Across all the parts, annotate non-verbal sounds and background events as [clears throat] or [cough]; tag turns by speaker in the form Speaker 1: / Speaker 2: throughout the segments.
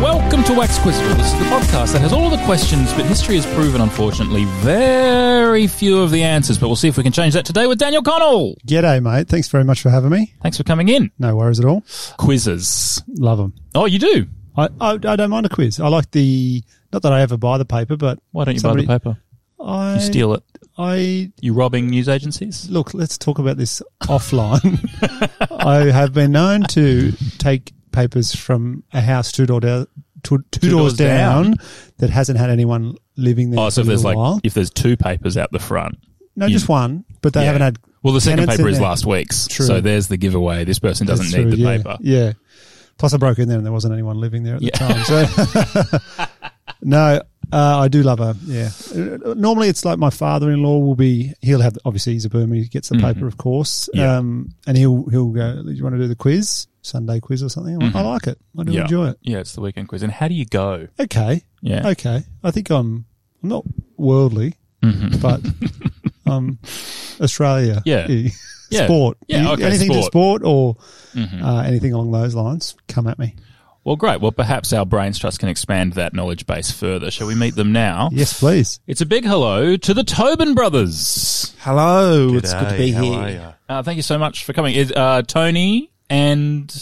Speaker 1: Welcome to Waxquizzical. This is the podcast that has all the questions, but history has proven, unfortunately, very few of the answers. But we'll see if we can change that today with Daniel Connell.
Speaker 2: G'day, mate. Thanks very much for having me.
Speaker 1: Thanks for coming in.
Speaker 2: No worries at all.
Speaker 1: Quizzes.
Speaker 2: Love them.
Speaker 1: Oh, you do?
Speaker 2: I, I, I don't mind a quiz. I like the not that I ever buy the paper, but
Speaker 1: Why don't you
Speaker 2: somebody-
Speaker 1: buy the paper?
Speaker 2: I
Speaker 1: You steal it.
Speaker 2: I
Speaker 1: You robbing news agencies?
Speaker 2: look. Let's talk about this offline. [laughs] I have been known to take papers from a house two door down, two, two
Speaker 1: Two doors
Speaker 2: doors down,
Speaker 1: down.
Speaker 2: that hasn't had anyone living there.
Speaker 1: Oh, so
Speaker 2: for
Speaker 1: if
Speaker 2: a
Speaker 1: there's like
Speaker 2: little while.
Speaker 1: if there's two papers out the front.
Speaker 2: no,
Speaker 1: you-
Speaker 2: just one, but they
Speaker 1: Yeah.
Speaker 2: haven't had.
Speaker 1: Well, the second
Speaker 2: tenants in
Speaker 1: paper is
Speaker 2: there.
Speaker 1: last week's,
Speaker 2: True.
Speaker 1: so there's the giveaway. This person doesn't
Speaker 2: That's
Speaker 1: need
Speaker 2: true,
Speaker 1: the
Speaker 2: yeah,
Speaker 1: paper.
Speaker 2: Yeah. Plus, I broke in there and there wasn't anyone living there at
Speaker 1: Yeah.
Speaker 2: the time. So,
Speaker 1: [laughs]
Speaker 2: no, uh, I do love her. Yeah. Uh, Normally, it's like my father-in-law will be. He'll have obviously he's a Burma. He gets the paper, of course.
Speaker 1: Mm-hmm. Yeah.
Speaker 2: Um, and he'll he'll go. Do you want to do the quiz Sunday quiz or something? I'm like, I like it. I do
Speaker 1: Mm-hmm. yeah.
Speaker 2: enjoy it.
Speaker 1: Yeah, it's the weekend quiz. And how do you go?
Speaker 2: Okay.
Speaker 1: Yeah.
Speaker 2: Okay. I think I'm I'm not worldly,
Speaker 1: [laughs]
Speaker 2: but um, Australia.
Speaker 1: Mm-hmm.
Speaker 2: eh,
Speaker 1: Yeah. Yeah.
Speaker 2: Sport.
Speaker 1: Yeah, okay,
Speaker 2: Anything to
Speaker 1: sport. Mm-hmm.
Speaker 2: sport or uh, anything along those lines, come at me.
Speaker 1: Well, great. Well, perhaps our brains trust can expand that knowledge base further. Shall we meet them now?
Speaker 2: Yes, please.
Speaker 1: It's a big hello to the Tobin brothers.
Speaker 3: Hello, it's good to be here.
Speaker 1: Uh, thank you so much for coming. Is uh, Tony and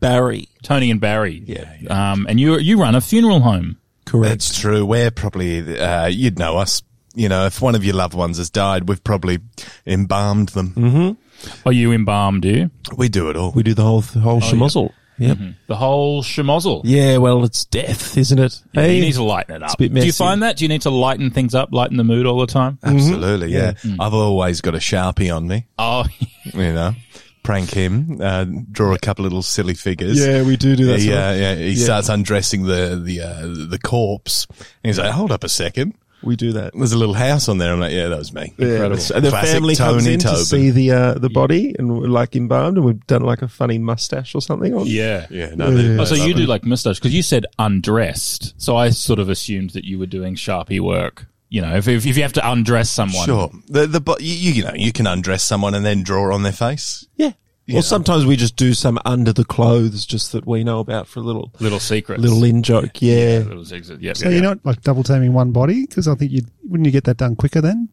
Speaker 3: Barry.
Speaker 1: Tony and Barry?
Speaker 3: Yeah,
Speaker 1: Um, and you you run a funeral home.
Speaker 2: Correct.
Speaker 3: That's true. We're probably, uh, you'd know us. You know, if one of your loved ones has died, we've probably embalmed them.
Speaker 1: Are you embalmed? Do you
Speaker 3: We do it all.
Speaker 4: Mm-hmm. We do the whole the
Speaker 1: Oh,
Speaker 4: whole schmozzle. Yep.
Speaker 1: the whole schmozzle?
Speaker 4: Yeah, well, it's death, isn't it?
Speaker 1: Yeah,
Speaker 4: Hey,
Speaker 1: you need to lighten it up.
Speaker 4: a bit
Speaker 1: Do you
Speaker 4: messy.
Speaker 1: find that? Do you need to lighten things up, lighten the mood all the time?
Speaker 3: Uh,
Speaker 4: Mm-hmm.
Speaker 3: Absolutely, yeah.
Speaker 1: Mm.
Speaker 3: I've always got a sharpie on me.
Speaker 1: Oh, [laughs]
Speaker 3: You know, prank him, uh, draw a couple of little silly figures.
Speaker 4: yeah, we do do that.
Speaker 3: He,
Speaker 4: sort of-
Speaker 3: uh, yeah, he starts undressing the the uh, the corpse, and he's like, "Hold up a second,
Speaker 4: we do that.
Speaker 3: there's a little house on there." I'm like, "Yeah, that was me."
Speaker 4: Yeah,
Speaker 3: Incredible.
Speaker 4: it's- the
Speaker 3: Classic
Speaker 4: family
Speaker 3: Tony
Speaker 4: comes in
Speaker 3: Tobin.
Speaker 4: to see the uh, the body and we're, like embalmed, and we've done like a funny mustache or something. Or,
Speaker 1: yeah.
Speaker 3: Yeah, no, they-
Speaker 1: Oh, so
Speaker 3: they
Speaker 1: you
Speaker 3: love
Speaker 1: do
Speaker 3: it.
Speaker 1: like moustache because you said undressed. So I sort of assumed that you were doing sharpie work. You know, if if, if you have to undress someone,
Speaker 3: Sure. The the bo- you, you know you can undress someone and then draw on their face.
Speaker 4: yeah. Or sometimes we just do some under the clothes, just that we know about for a little
Speaker 1: little secrets,
Speaker 4: little in joke. Yeah,
Speaker 1: little secrets. Yeah,
Speaker 2: So
Speaker 1: yeah,
Speaker 2: you're
Speaker 1: yeah.
Speaker 2: not like double teaming one body because I think you wouldn't you get that done quicker then?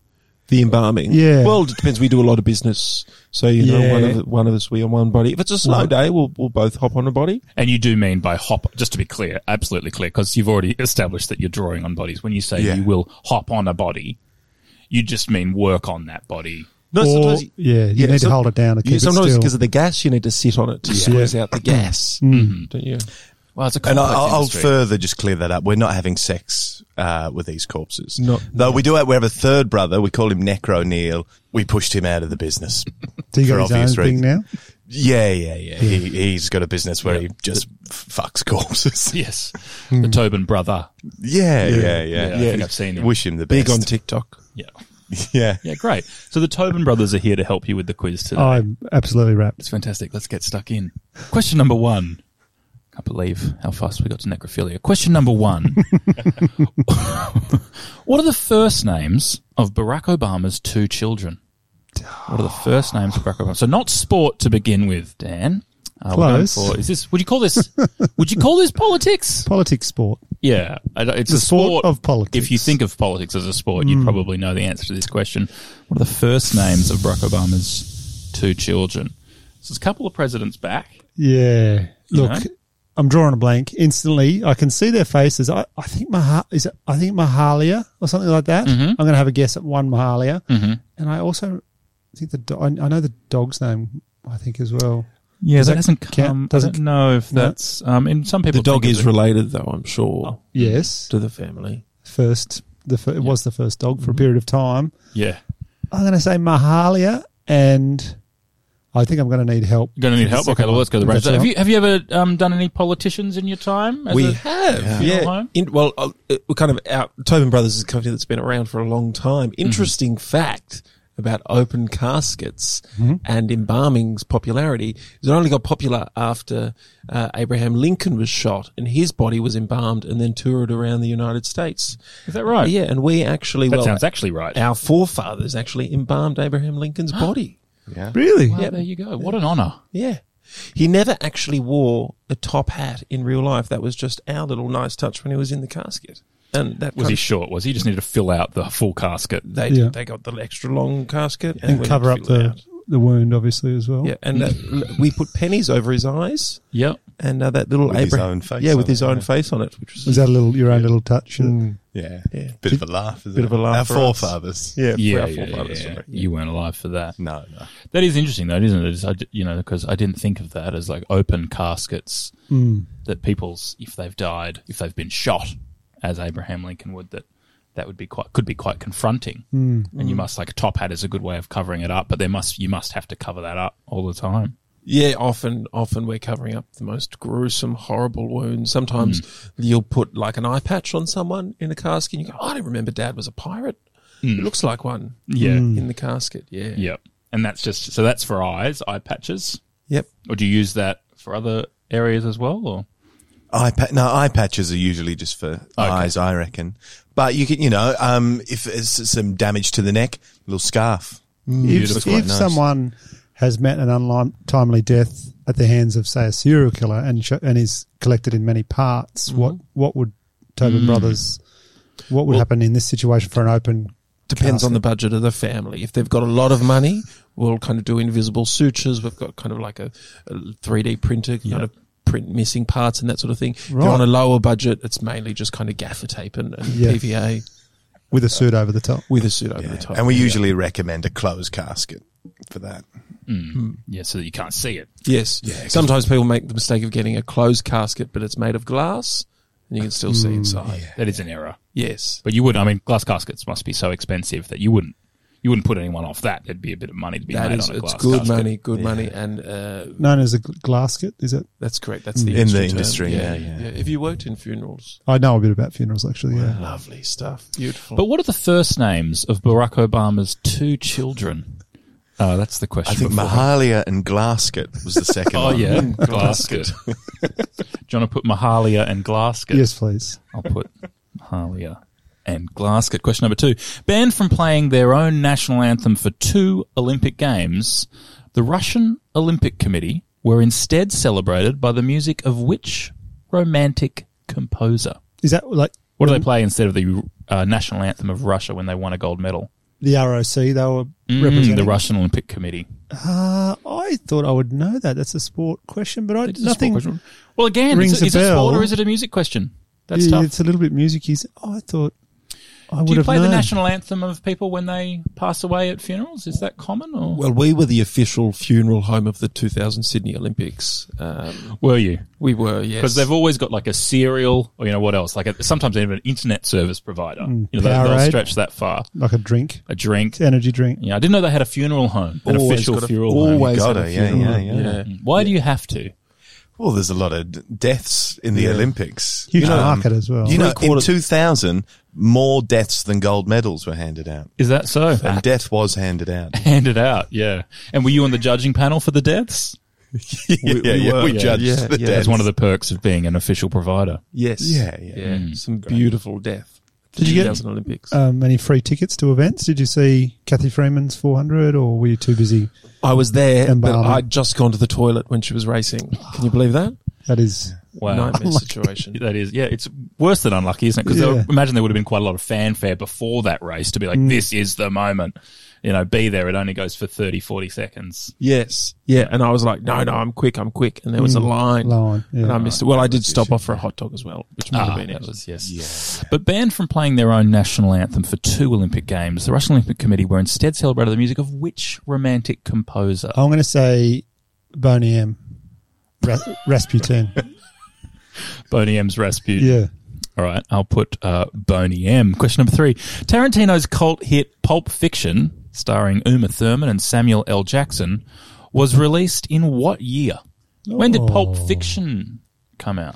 Speaker 4: the embalming.
Speaker 2: Yeah.
Speaker 4: Well, it depends. We do a lot of business, so you know,
Speaker 2: Yeah.
Speaker 4: one of one of us we on one body. If it's a slow day, we'll we'll both hop on a body.
Speaker 1: and you do mean by hop. Just to be clear, absolutely clear, because you've already established that you're drawing on bodies. When you say
Speaker 3: Yeah.
Speaker 1: you will hop on a body, you just mean work on that body.
Speaker 4: No,
Speaker 2: Or-
Speaker 4: sometimes you-
Speaker 2: yeah, you need to hold it down to keep it
Speaker 4: sometimes
Speaker 2: still.
Speaker 4: because of the gas, you need to sit on it to squeeze
Speaker 2: [clears throat]
Speaker 4: out the gas, don't you?
Speaker 1: Well, it's a
Speaker 3: And I,
Speaker 1: complex
Speaker 3: I'll, I'll
Speaker 1: industry.
Speaker 3: further just clear that up. We're not having sex uh, with these corpses.
Speaker 4: Not-
Speaker 3: Though we do have, we have a third brother. We call him Necro Neil. We pushed him out of the business.
Speaker 2: Do you
Speaker 3: For
Speaker 2: got his own
Speaker 3: obvious
Speaker 2: thing
Speaker 3: reasons.
Speaker 2: now?
Speaker 3: Yeah, yeah, yeah. He, he's got a business where he just f-
Speaker 1: [laughs]
Speaker 3: fucks
Speaker 1: [laughs]
Speaker 3: corpses. [laughs]
Speaker 1: Yes,
Speaker 3: Hmm.
Speaker 1: the Tobin brother.
Speaker 3: yeah, yeah, yeah.
Speaker 1: Yeah, I think I've seen him.
Speaker 3: Wish him the best. [laughs]
Speaker 4: Big on TikTok.
Speaker 1: Yeah,
Speaker 3: yeah.
Speaker 1: yeah, great. So the Tobin brothers are here to help you with the quiz today.
Speaker 2: I'm absolutely wrapped.
Speaker 1: It's fantastic. Let's get stuck in. Question number one. Can't believe how fast we got to necrophilia. Question number one. [laughs] what are the first names of Barack Obama's two children? What are the first names of Barack Obama? So not sport to begin with, Dan. Uh, we're going
Speaker 2: Close.
Speaker 1: for- is this? Would you call this? would you call this politics?
Speaker 2: Politics, sport.
Speaker 1: Yeah, I don't- it's
Speaker 2: The
Speaker 1: a sport,
Speaker 2: sport of politics.
Speaker 1: If you think of politics as a sport, you'd probably know the answer to this question. What are the first names of Barack Obama's two children? So it's a couple of presidents back.
Speaker 2: Yeah. Look,
Speaker 1: know?
Speaker 2: I'm drawing a blank instantly. I can see their faces. I, I think Maha, is it, I think Mahalia or something like that.
Speaker 1: Mm-hmm.
Speaker 2: I'm going to have a guess at one Mahalia, and I also think the do- I, I know the dog's name. I think as well.
Speaker 1: Yeah,
Speaker 2: Does
Speaker 1: that,
Speaker 2: that
Speaker 1: hasn't
Speaker 2: count?
Speaker 1: come.
Speaker 2: Doesn't-
Speaker 1: I don't know if
Speaker 2: No.
Speaker 1: that's. Um, in some people,
Speaker 4: The dog
Speaker 1: think
Speaker 4: is
Speaker 1: it's-
Speaker 4: related, though, I'm
Speaker 1: Oh.
Speaker 4: sure,
Speaker 2: Yes,
Speaker 4: to the family.
Speaker 2: first the fir- it was the first dog
Speaker 1: Mm-hmm.
Speaker 2: for a period of time.
Speaker 1: Yeah,
Speaker 2: I'm going to say Mahalia, and I think I'm going to need help.
Speaker 1: going to need help. Okay, well, let's go to the
Speaker 2: That's
Speaker 1: range. Have
Speaker 2: all.
Speaker 1: you have you ever um, done any politicians in your time? as a-
Speaker 4: have, yeah.
Speaker 1: funeral home?
Speaker 4: In, well, uh, it- we're kind of out. Tobin Brothers is a company that's been around for a long time.
Speaker 1: Mm-hmm.
Speaker 4: Interesting fact about open caskets
Speaker 1: Mm-hmm.
Speaker 4: and embalming's popularity is it only got popular after uh, Abraham Lincoln was shot and his body was embalmed and then toured around the United States.
Speaker 1: Is that right?
Speaker 4: Yeah, and we actually
Speaker 1: that
Speaker 4: well,
Speaker 1: sounds actually right.
Speaker 4: our forefathers actually embalmed Abraham
Speaker 1: [gasps]
Speaker 4: Lincoln's body.
Speaker 2: Really?
Speaker 1: Wow, there you go. What an honor.
Speaker 4: Yeah. He never actually wore a top hat in real life. That was just our little nice touch when he was in the casket. And that
Speaker 1: Was
Speaker 4: kind
Speaker 1: he
Speaker 4: of-
Speaker 1: short? Was he just needed to fill out the full casket?
Speaker 4: they
Speaker 2: Yeah.
Speaker 4: they got the extra long casket
Speaker 2: And
Speaker 4: we
Speaker 2: cover up
Speaker 4: filled it
Speaker 2: the
Speaker 4: out.
Speaker 2: the wound, obviously as well.
Speaker 4: yeah, and that, we put pennies over his eyes
Speaker 1: Yep.
Speaker 4: and uh, that little
Speaker 3: With his
Speaker 4: Abraham-
Speaker 3: own face
Speaker 4: yeah, with
Speaker 3: on
Speaker 4: his
Speaker 3: it,
Speaker 4: own
Speaker 3: yeah.
Speaker 4: face on it, which was,
Speaker 2: Was that a little your own little touch?
Speaker 1: Mm.
Speaker 3: Yeah.
Speaker 4: Yeah.
Speaker 3: Bit of a laugh, isn't
Speaker 4: Bit
Speaker 3: it?
Speaker 4: of a laugh
Speaker 3: Our
Speaker 4: for us.
Speaker 3: forefathers.
Speaker 4: yeah, for
Speaker 1: Yeah,
Speaker 4: our
Speaker 1: yeah,
Speaker 4: forefathers,
Speaker 1: yeah.
Speaker 4: sorry.
Speaker 1: You weren't alive for that.
Speaker 3: No, no.
Speaker 1: That is interesting, though, isn't it? It's- I d- you know, because I didn't think of that as like open caskets that people's, if they've died, if they've been shot, as Abraham Lincoln would, that that would be quite could be quite confronting. Mm. And you must like a top hat is a good way of covering it up, but there must you must have to cover that up all the time.
Speaker 4: Yeah, often, often we're covering up the most gruesome, horrible wounds. Sometimes you'll put like an eye patch on someone in a casket, and you go, "Oh, "I don't remember. Dad was a pirate. It looks like one."
Speaker 1: Yeah.
Speaker 4: in the casket. Yeah.
Speaker 1: Yep. And that's just so that's for eyes, eye patches,
Speaker 4: Yep.
Speaker 1: or do you use that for other areas as well? Or
Speaker 3: Eye pa- no, eye patches are usually just for eyes, I reckon. But you can, you know, um, if it's some damage to the neck, little scarf.
Speaker 2: Mm. If, if someone has met an untimely death at the hands of, say, a serial killer and sh- and is collected in many parts,
Speaker 1: Mm-hmm.
Speaker 2: what what would Tobin
Speaker 1: Mm.
Speaker 2: Brothers? What would happen in this situation for an open?
Speaker 4: Depends on the budget of the family. If they've got a lot of money, we'll kind of do invisible sutures. We've got kind of like a, a 3D printer, kind of print missing parts and that sort of thing. If
Speaker 2: Right.
Speaker 4: they're on a lower budget, it's mainly just kind of gaffer tape and, and
Speaker 2: Yeah.
Speaker 4: PVA
Speaker 2: with a suit over the top?
Speaker 4: with a suit over the top.
Speaker 3: And we usually recommend a closed casket for that.
Speaker 1: yeah, so that you can't see it.
Speaker 4: Yes. Sometimes people make the mistake of getting a closed casket, but it's made of glass and you can still see inside.
Speaker 1: That is an error.
Speaker 4: Yes.
Speaker 1: But you would, I mean, glass caskets must be so expensive that you wouldn't, you wouldn't put anyone off that. There'd be a bit of money to be
Speaker 4: That
Speaker 1: made
Speaker 4: is,
Speaker 1: on a glass
Speaker 4: it's good
Speaker 1: casket.
Speaker 4: money, good money, and uh,
Speaker 2: Known as a gl- glasket, is it?
Speaker 4: that's correct. That's the
Speaker 3: In the
Speaker 4: industry term.
Speaker 3: industry, yeah, yeah.
Speaker 4: Have you worked in funerals?
Speaker 2: I know a bit about funerals, actually. Yeah,
Speaker 4: Lovely stuff. Beautiful.
Speaker 1: But what are the first names of Barack Obama's two children? Oh, that's the question.
Speaker 3: I think
Speaker 1: before-
Speaker 3: Mahalia and Glasket was the
Speaker 1: [laughs]
Speaker 3: second
Speaker 1: Oh
Speaker 3: one. [laughs] Mm.
Speaker 1: yeah,
Speaker 2: [laughs]
Speaker 1: Glasket. [laughs] Do you want to put Mahalia and Glasket?
Speaker 2: yes, please.
Speaker 1: I'll put Mahalia and Glasgow. Question number two. Banned from playing their own national anthem for two Olympic Games, the Russian Olympic Committee were instead celebrated by the music of which romantic composer?
Speaker 2: Is that like
Speaker 1: What do they play instead of the uh, national anthem of Russia when they won a gold medal?
Speaker 2: the ROC? They were
Speaker 1: Mm,
Speaker 2: representing
Speaker 1: the Russian Olympic Committee.
Speaker 2: Uh, I thought I would know that. That's a sport question, but I
Speaker 1: It's a sport
Speaker 2: nothing.
Speaker 1: question. Well, again,
Speaker 2: rings
Speaker 1: is, it-
Speaker 2: a
Speaker 1: is it
Speaker 2: bell.
Speaker 1: sport or is it a music question? That's
Speaker 2: Yeah,
Speaker 1: tough.
Speaker 2: It's a little bit musicy. Oh, I thought I would
Speaker 1: Do you
Speaker 2: have
Speaker 1: play the
Speaker 2: known.
Speaker 1: national anthem of people when they pass away at funerals? Is that common? Or
Speaker 4: Well, we were the official funeral home of the 2000 Sydney Olympics. Um,
Speaker 1: were you?
Speaker 4: we were, yes.
Speaker 1: Because they've always got like a serial, or you know what else? Like a, sometimes even an internet service provider. you know, they, will
Speaker 2: Powerade.
Speaker 1: stretch that far.
Speaker 2: like a drink,
Speaker 1: A drink. Yeah.
Speaker 2: energy drink.
Speaker 1: I didn't know they had a funeral home, an
Speaker 3: Always
Speaker 1: official
Speaker 3: got a-
Speaker 1: funeral home. Mm.
Speaker 3: always
Speaker 2: Got
Speaker 3: got
Speaker 2: a
Speaker 3: a, yeah, yeah,
Speaker 2: funeral.
Speaker 3: Oh, yeah,
Speaker 4: yeah.
Speaker 1: [laughs] Why do you have to?
Speaker 3: Well, there's a lot of d- deaths in the Olympics.
Speaker 2: Huge market as well.
Speaker 3: You know,
Speaker 4: Three
Speaker 3: in
Speaker 4: quarters-
Speaker 3: 2000, more deaths than gold medals were handed out,
Speaker 1: Is that [laughs] so?
Speaker 3: and death was handed out.
Speaker 1: Handed out, yeah. And were you on the judging panel for the deaths?
Speaker 3: [laughs] yeah, yeah,
Speaker 4: were,
Speaker 3: we
Speaker 4: yeah,
Speaker 3: judged
Speaker 4: yeah,
Speaker 3: the
Speaker 4: yeah.
Speaker 1: That's
Speaker 3: deaths.
Speaker 1: one of the perks of being an official provider.
Speaker 4: Yes.
Speaker 3: Yeah, yeah.
Speaker 4: Mm. Some beautiful death. Did
Speaker 2: you get-
Speaker 4: 2000 Olympics?
Speaker 2: Um, any free tickets to events? Did you see Kathy Freeman's 400 or were you too busy?
Speaker 4: I was there,
Speaker 2: and
Speaker 4: but
Speaker 2: Barney.
Speaker 4: I'd just gone to the toilet when she was racing. Can you believe that?
Speaker 2: That is,
Speaker 1: Wow.
Speaker 4: Nightmare situation.
Speaker 1: [laughs] That is, yeah, it's worse than unlucky, isn't it? Because
Speaker 2: Yeah.
Speaker 1: imagine there would have been quite a lot of fanfare before that race to be like, this is the moment. You know, be there. It only goes for 30, 40 seconds.
Speaker 4: Yes. Yeah. And I was like, no, no, I'm quick, I'm quick. And there was a line.
Speaker 2: Line, yeah.
Speaker 4: And I missed it. Well, I did stop off for a hot dog as well, which might have
Speaker 1: Ah,
Speaker 4: been
Speaker 1: that
Speaker 4: it.
Speaker 1: was, yes. But banned from playing their own national anthem for two Olympic Games, the Russian Olympic Committee were instead celebrating the music of which romantic composer?
Speaker 2: I'm going to say Boney M. Ras- Rasputin.
Speaker 1: Boney M's Rasputin.
Speaker 2: Yeah.
Speaker 1: All right, I'll put uh, Boney M. Question number three: Tarantino's cult hit *Pulp Fiction*, starring Uma Thurman and Samuel L. Jackson, was released in what year? When did *Pulp Fiction* come out?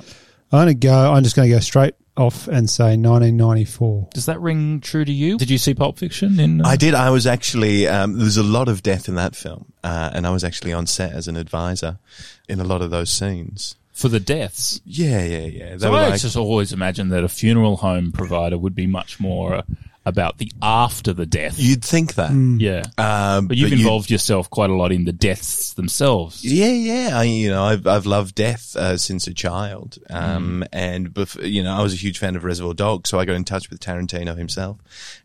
Speaker 2: I'm going to go, I'm just going to go straight off and say 1994.
Speaker 1: Does that ring true to you? Did you see *Pulp Fiction*? In uh,
Speaker 3: I did. I was actually um, there was a lot of death in that film, uh, and I was actually on set as an advisor in a lot of those scenes.
Speaker 1: for the deaths.
Speaker 3: Yeah, yeah, yeah. They
Speaker 1: So
Speaker 3: were
Speaker 1: I
Speaker 3: like-
Speaker 1: just always imagined that a funeral home provider would be much more uh, about the after the death.
Speaker 3: you'd think that,
Speaker 1: yeah,
Speaker 3: um,
Speaker 1: Mm. but you've
Speaker 3: but you-
Speaker 1: involved yourself quite a lot in the deaths themselves.
Speaker 3: Yeah, yeah. I, you know, I've I've loved death uh, since a child, um, and bef- you know, I was a huge fan of Reservoir Dogs, so I got in touch with Tarantino himself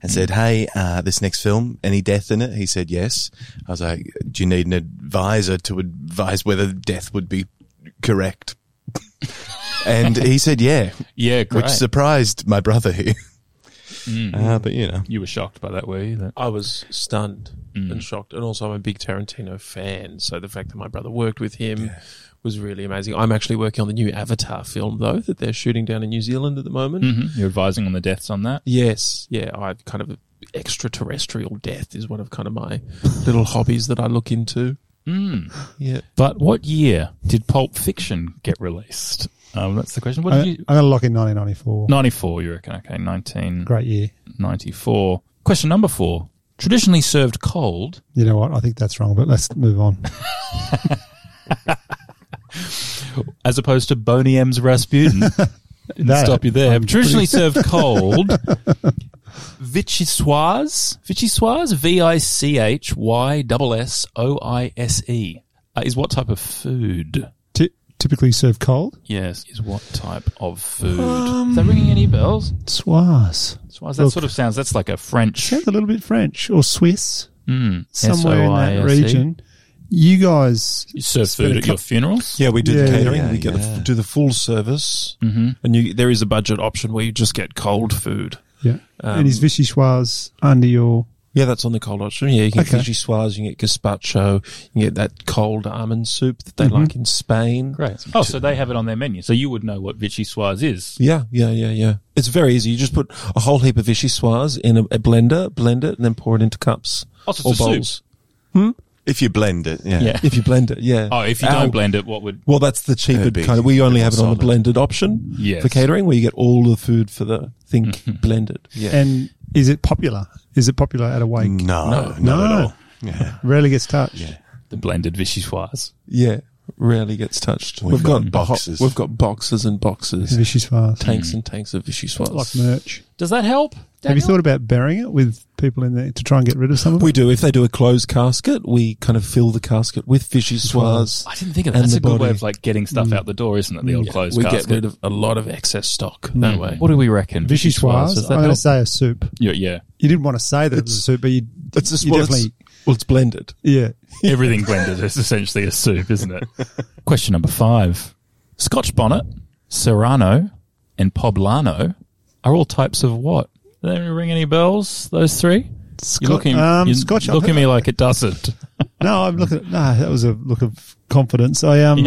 Speaker 3: and said, "Hey, uh, this next film, any death in it?" He said, "Yes." I was like, "Do you need an advisor to advise whether death would be correct?" [laughs] and he said, [laughs] "Yeah,"
Speaker 1: Yeah, great.
Speaker 3: which surprised my brother here. Uh, but you know,
Speaker 1: you were shocked by that, were you? That-
Speaker 4: I was stunned
Speaker 2: Mm.
Speaker 4: and shocked. And also, I'm a big Tarantino fan. So the fact that my brother worked with him was really amazing. I'm actually working on the new Avatar film, though, that they're shooting down in New Zealand at the
Speaker 2: Mm.
Speaker 4: moment.
Speaker 3: Mm-hmm.
Speaker 1: You're advising on the deaths on that.
Speaker 4: Yes. Yeah. I've kind of extraterrestrial death is one of kind of my little hobbies that I look into.
Speaker 2: Mm.
Speaker 4: Yeah.
Speaker 1: But what year did Pulp Fiction get released? Um, that's the question. What
Speaker 2: I,
Speaker 3: Uh,
Speaker 1: did
Speaker 2: I'm
Speaker 1: you?
Speaker 2: going to lock in 1994.
Speaker 1: 94, you reckon? Okay, 1994.
Speaker 2: Great year.
Speaker 1: Question number four. Traditionally served cold,
Speaker 2: You know what? I think that's wrong, but let's move on.
Speaker 1: as opposed to Boney M's
Speaker 2: [laughs]
Speaker 1: Rasputin. Didn't
Speaker 2: That,
Speaker 1: stop you there.
Speaker 2: I'm [laughs]
Speaker 1: Traditionally served cold. Vichyssoise, Vichyssoise, V I C H Y S S O I S E, uh, is what type of food?
Speaker 2: Ty- typically served cold.
Speaker 1: Yes, is what type of food? is that ringing any bells?
Speaker 2: Soise.
Speaker 1: So that
Speaker 2: Um, Look.
Speaker 1: sort of sounds. That's like a French.
Speaker 2: Sounds a little bit French or Swiss,
Speaker 1: Mm,
Speaker 2: somewhere in that
Speaker 1: S-O-I-S-E.
Speaker 2: region. You guys
Speaker 1: You serve
Speaker 2: Spend
Speaker 1: E. food
Speaker 2: a
Speaker 1: at your
Speaker 2: cup-
Speaker 1: funerals.
Speaker 4: Yeah, we do the
Speaker 2: Yeah, Mm-hmm.
Speaker 4: catering.
Speaker 3: yeah,
Speaker 4: we get
Speaker 3: yeah.
Speaker 4: the, do the full service, and you, there is a budget option where you just get cold food.
Speaker 2: Yeah.
Speaker 4: Um,
Speaker 2: and his vichyssoise under your.
Speaker 4: Yeah, that's on the cold option. Yeah, you can
Speaker 2: Okay.
Speaker 4: get vichyssoise, you can get gazpacho, you can get that cold almond soup that they like in Spain.
Speaker 1: Mm-hmm. Great. Oh, so they have it on their menu. So you would know what vichyssoise is.
Speaker 4: Yeah, yeah, yeah, yeah. It's very easy. You just put a whole heap of vichyssoise in a, a blender, blend it, and then pour it into cups
Speaker 1: Oh, so it's
Speaker 4: or
Speaker 1: a soup.
Speaker 4: bowls.
Speaker 3: if you blend it, yeah,
Speaker 1: Yeah.
Speaker 4: If you blend it, yeah.
Speaker 1: Oh, if you
Speaker 4: Our-
Speaker 1: don't blend it, what would?
Speaker 4: Well, that's the
Speaker 3: It'd
Speaker 4: cheaper
Speaker 3: be
Speaker 4: kind of. We only have it on the
Speaker 3: solid.
Speaker 4: blended option
Speaker 1: Yes.
Speaker 4: for catering, where you get all the food for the thing
Speaker 1: [laughs]
Speaker 4: blended. Yeah.
Speaker 2: And is it popular? Is it popular at a wake?
Speaker 3: No, no,
Speaker 2: No.
Speaker 3: not at all. Mm. Yeah.
Speaker 2: Rarely gets touched.
Speaker 1: The blended vichyssoise.
Speaker 4: Yeah, rarely gets touched.
Speaker 3: We've
Speaker 4: We've,
Speaker 3: got
Speaker 4: got,
Speaker 3: boxes.
Speaker 4: boxes. We've got boxes and boxes,
Speaker 2: Vichyssoise.
Speaker 4: tanks and tanks of vichyssoise.
Speaker 2: Like merch.
Speaker 1: Does that help?
Speaker 2: Have you
Speaker 1: Daniel?
Speaker 2: thought about burying it with people in there to try and get rid of some of it?
Speaker 4: We do. If they do a closed casket, we kind of fill the casket with vichyssoise.
Speaker 1: I didn't think of that.
Speaker 4: and
Speaker 1: That's
Speaker 4: the
Speaker 1: a good way
Speaker 4: body. Mm.
Speaker 1: of like getting stuff out the door, isn't it? The old clothes
Speaker 4: we
Speaker 1: casket. Mm.
Speaker 4: get rid of Mm. a lot of excess stock that way.
Speaker 1: What do we reckon?
Speaker 2: Vichyssoise.
Speaker 1: Does
Speaker 2: I'm
Speaker 1: that
Speaker 2: going to
Speaker 1: help?
Speaker 2: say a soup.
Speaker 1: yeah,
Speaker 4: [laughs]
Speaker 1: yeah.
Speaker 2: You didn't want to say that it was a soup, but you,
Speaker 4: It's just
Speaker 2: you
Speaker 4: well,
Speaker 2: definitely.
Speaker 4: It's, well, it's blended.
Speaker 2: Yeah.
Speaker 1: Everything blended is essentially a soup, isn't
Speaker 4: [laughs]
Speaker 1: it? Question number five. Scotch bonnet, Serrano, and Poblano are all types of what? Did they ring any bells? Those three?
Speaker 2: Scot-
Speaker 1: You're looking.
Speaker 2: um,
Speaker 1: you're
Speaker 2: Scotch.
Speaker 1: looking at me like it doesn't.
Speaker 2: No, I'm looking at. No, that was a look of confidence. I um,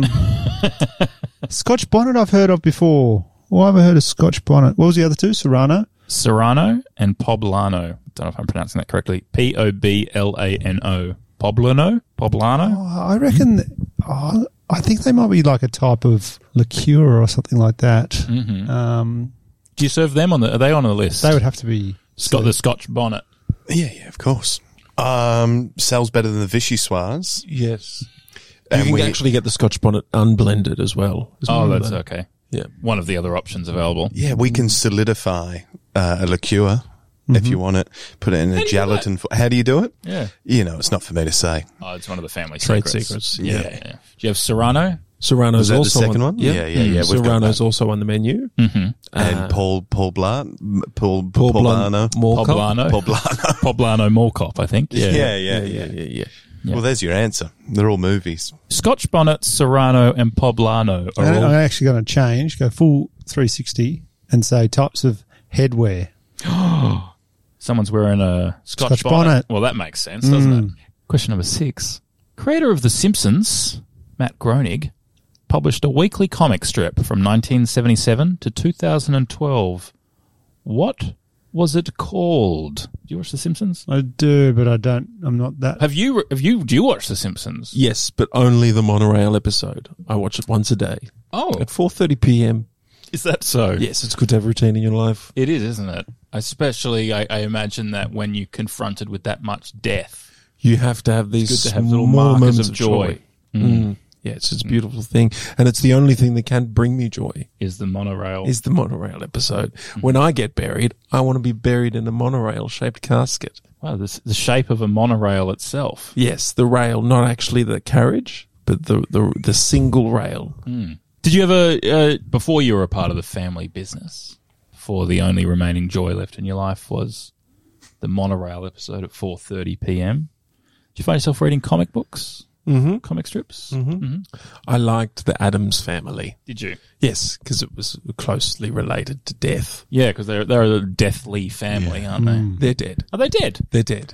Speaker 2: [laughs] Scotch bonnet. I've heard of before. Why have I heard of Scotch bonnet? What was the other two? Serrano.
Speaker 1: Serrano and Poblano. Don't know if I'm pronouncing that correctly. P O B L A N O. Poblano. Poblano.
Speaker 2: Oh, I reckon. Oh, I think they might be like a type of liqueur or something like that. Um,
Speaker 1: Do you serve them on the? Are they on the list?
Speaker 2: they would have to be.
Speaker 1: Scot- the Scotch bonnet.
Speaker 3: Yeah, yeah, of course. Um, sells better than the Vichyssoise.
Speaker 4: Yes. You
Speaker 3: And
Speaker 4: can
Speaker 3: we-
Speaker 4: actually get the Scotch bonnet unblended as well. There's
Speaker 1: Oh,
Speaker 4: one
Speaker 1: that's
Speaker 4: blend.
Speaker 1: okay.
Speaker 4: Yeah.
Speaker 1: One of the other options available.
Speaker 3: Yeah, we can solidify uh, a liqueur
Speaker 2: Mm-hmm.
Speaker 3: if you want it. Put it in a gelatin. fo- How do you do it?
Speaker 1: Yeah.
Speaker 3: You know, it's not for me to say.
Speaker 1: Oh, it's one of the family
Speaker 4: Trade
Speaker 1: secrets.
Speaker 4: secrets,
Speaker 1: Yeah.
Speaker 3: yeah.
Speaker 1: yeah. Do you have Serrano?
Speaker 4: Serrano's
Speaker 3: Was that the
Speaker 4: also
Speaker 3: second
Speaker 4: on, Mm.
Speaker 3: one? Yeah, yeah, yeah, we've got
Speaker 4: Serrano's
Speaker 3: that. Mm.
Speaker 4: also on the menu.
Speaker 3: and Paul Paul Blart, M- Paul
Speaker 4: Paul
Speaker 3: Paul Poblano.
Speaker 1: Poblano.
Speaker 2: [laughs]
Speaker 3: Poblano.
Speaker 1: [laughs] Poblano Morcop, I think. Yeah.
Speaker 3: yeah, yeah, yeah,
Speaker 4: yeah, yeah, yeah.
Speaker 3: Well, there's your answer. They're all movies.
Speaker 1: Scotch bonnet, Serrano, and Poblano are
Speaker 2: I'm
Speaker 1: all.
Speaker 2: I'm actually going to change. Go full 360 and say types of headwear.
Speaker 1: Someone's wearing a Scotch,
Speaker 2: Scotch
Speaker 1: bonnet. Mm.
Speaker 2: bonnet.
Speaker 1: Well, that makes sense, doesn't it? Question number six. Creator of The Simpsons, Matt Groening, published a weekly comic strip from 1977 to 2012. What was it called? Do you watch The Simpsons?
Speaker 2: I do, but I don't. I'm not that.
Speaker 1: Have you, have you, do you watch The Simpsons?
Speaker 4: Yes, but only the monorail episode. I watch it once a day
Speaker 1: Oh,
Speaker 4: at 4:30 p.m.
Speaker 1: is that so?
Speaker 4: Yes, it's good to have routine in your life.
Speaker 1: It is, isn't it? Especially, I, I imagine that when you're confronted with that much death,
Speaker 4: You have to have these
Speaker 1: It's good to have little
Speaker 4: small
Speaker 1: markers
Speaker 4: moments
Speaker 1: of joy.
Speaker 4: Mm. Yeah, it's, it's a beautiful thing, and it's the only thing that can bring me joy
Speaker 1: is the monorail.
Speaker 4: is the monorail episode.
Speaker 1: Mm.
Speaker 4: When I get buried, I want to be buried in a monorail shaped casket.
Speaker 1: wow, this, the shape of a monorail itself.
Speaker 4: Yes, the rail, not actually the carriage, but the the, the single rail.
Speaker 1: Mm. Did you ever, uh, before you were a part of the family business, before the only remaining joy left in your life was the monorail episode at 4.30 p.m., did you find yourself reading comic books? Mm-hmm. Comic strips? Mm-hmm.
Speaker 4: I liked the Adams family.
Speaker 1: Did you?
Speaker 4: Yes, because it was closely related to death.
Speaker 1: Yeah, because they're, they're a deathly family, aren't they?
Speaker 4: They're dead.
Speaker 1: Are they dead?
Speaker 4: They're dead.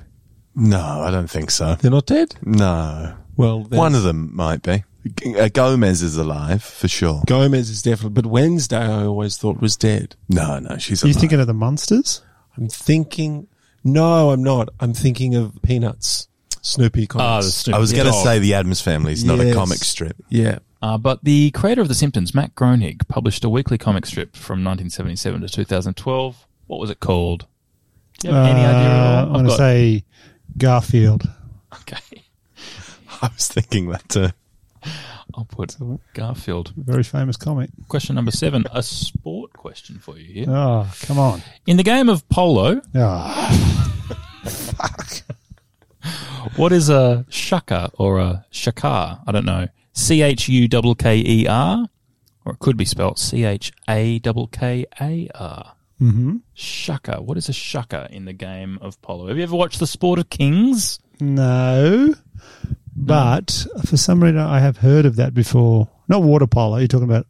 Speaker 3: No, I don't think so.
Speaker 4: They're not dead.
Speaker 3: No,
Speaker 4: Well, then-
Speaker 3: one of them might be. G- uh, Gomez is alive for sure.
Speaker 4: Gomez is definitely, but Wednesday I always thought was dead.
Speaker 3: No, no, she's
Speaker 2: Are you
Speaker 3: alive.
Speaker 2: thinking of the monsters?
Speaker 4: I'm thinking, no, I'm not. I'm thinking of Peanuts, Snoopy
Speaker 1: Ah, the
Speaker 4: comics.
Speaker 1: Snoopy
Speaker 3: I was going to
Speaker 1: dog.
Speaker 3: say the Adams Family is not a
Speaker 4: Yes.
Speaker 3: comic strip. [laughs]
Speaker 4: yeah,
Speaker 1: Uh, but the creator of The Simpsons, Matt Groening, published a weekly comic strip from 1977 to 2012. What was it called? Do you have any idea
Speaker 2: Uh,
Speaker 1: at
Speaker 2: I'm
Speaker 1: all?
Speaker 2: going to say Garfield.
Speaker 1: [laughs] Okay.
Speaker 3: I was thinking that too.
Speaker 1: I'll put Garfield.
Speaker 2: Very famous comic.
Speaker 1: Question number seven, a sport question for you here.
Speaker 2: Oh, come on.
Speaker 1: In the game of polo,
Speaker 2: Oh,
Speaker 1: what is a shaka or a shakar? I don't know. C H U K K E R? Or it could be spelled C H A K K A R.
Speaker 2: hmm
Speaker 1: Shaka. What is a shaka in the game of polo? Have you ever watched The Sport of Kings?
Speaker 2: No. But for some reason, I have heard of that before. Not water polo. You're talking about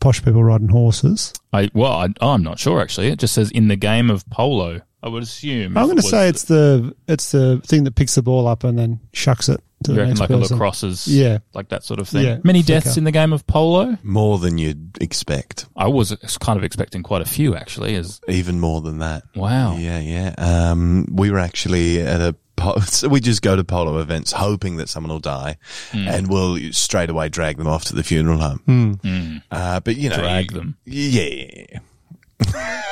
Speaker 2: posh people riding horses.
Speaker 1: I well, I, I'm not sure actually. It just says in the game of polo. I would assume.
Speaker 2: I'm
Speaker 1: if
Speaker 2: going to
Speaker 1: it was
Speaker 2: say it's the it's the thing that picks the ball up and then shucks it to
Speaker 1: you
Speaker 2: the
Speaker 1: reckon
Speaker 2: next
Speaker 1: like
Speaker 2: person.
Speaker 1: a lacrosse's,
Speaker 2: Yeah.
Speaker 1: like that sort of thing.
Speaker 2: Yeah,
Speaker 1: Many
Speaker 2: flicker.
Speaker 1: deaths in the game of polo.
Speaker 3: More than you'd expect.
Speaker 1: I was kind of expecting quite a few actually. As
Speaker 3: Even more than that.
Speaker 1: wow,
Speaker 3: Yeah, yeah. Um, we were actually at a po- [laughs] so we just go to polo events hoping that someone will die,
Speaker 1: Hmm.
Speaker 3: and we'll straight away drag them off to the funeral home.
Speaker 2: Hmm.
Speaker 3: Uh, but you know,
Speaker 1: Hmm. Drag them.
Speaker 3: Yeah, yeah, yeah.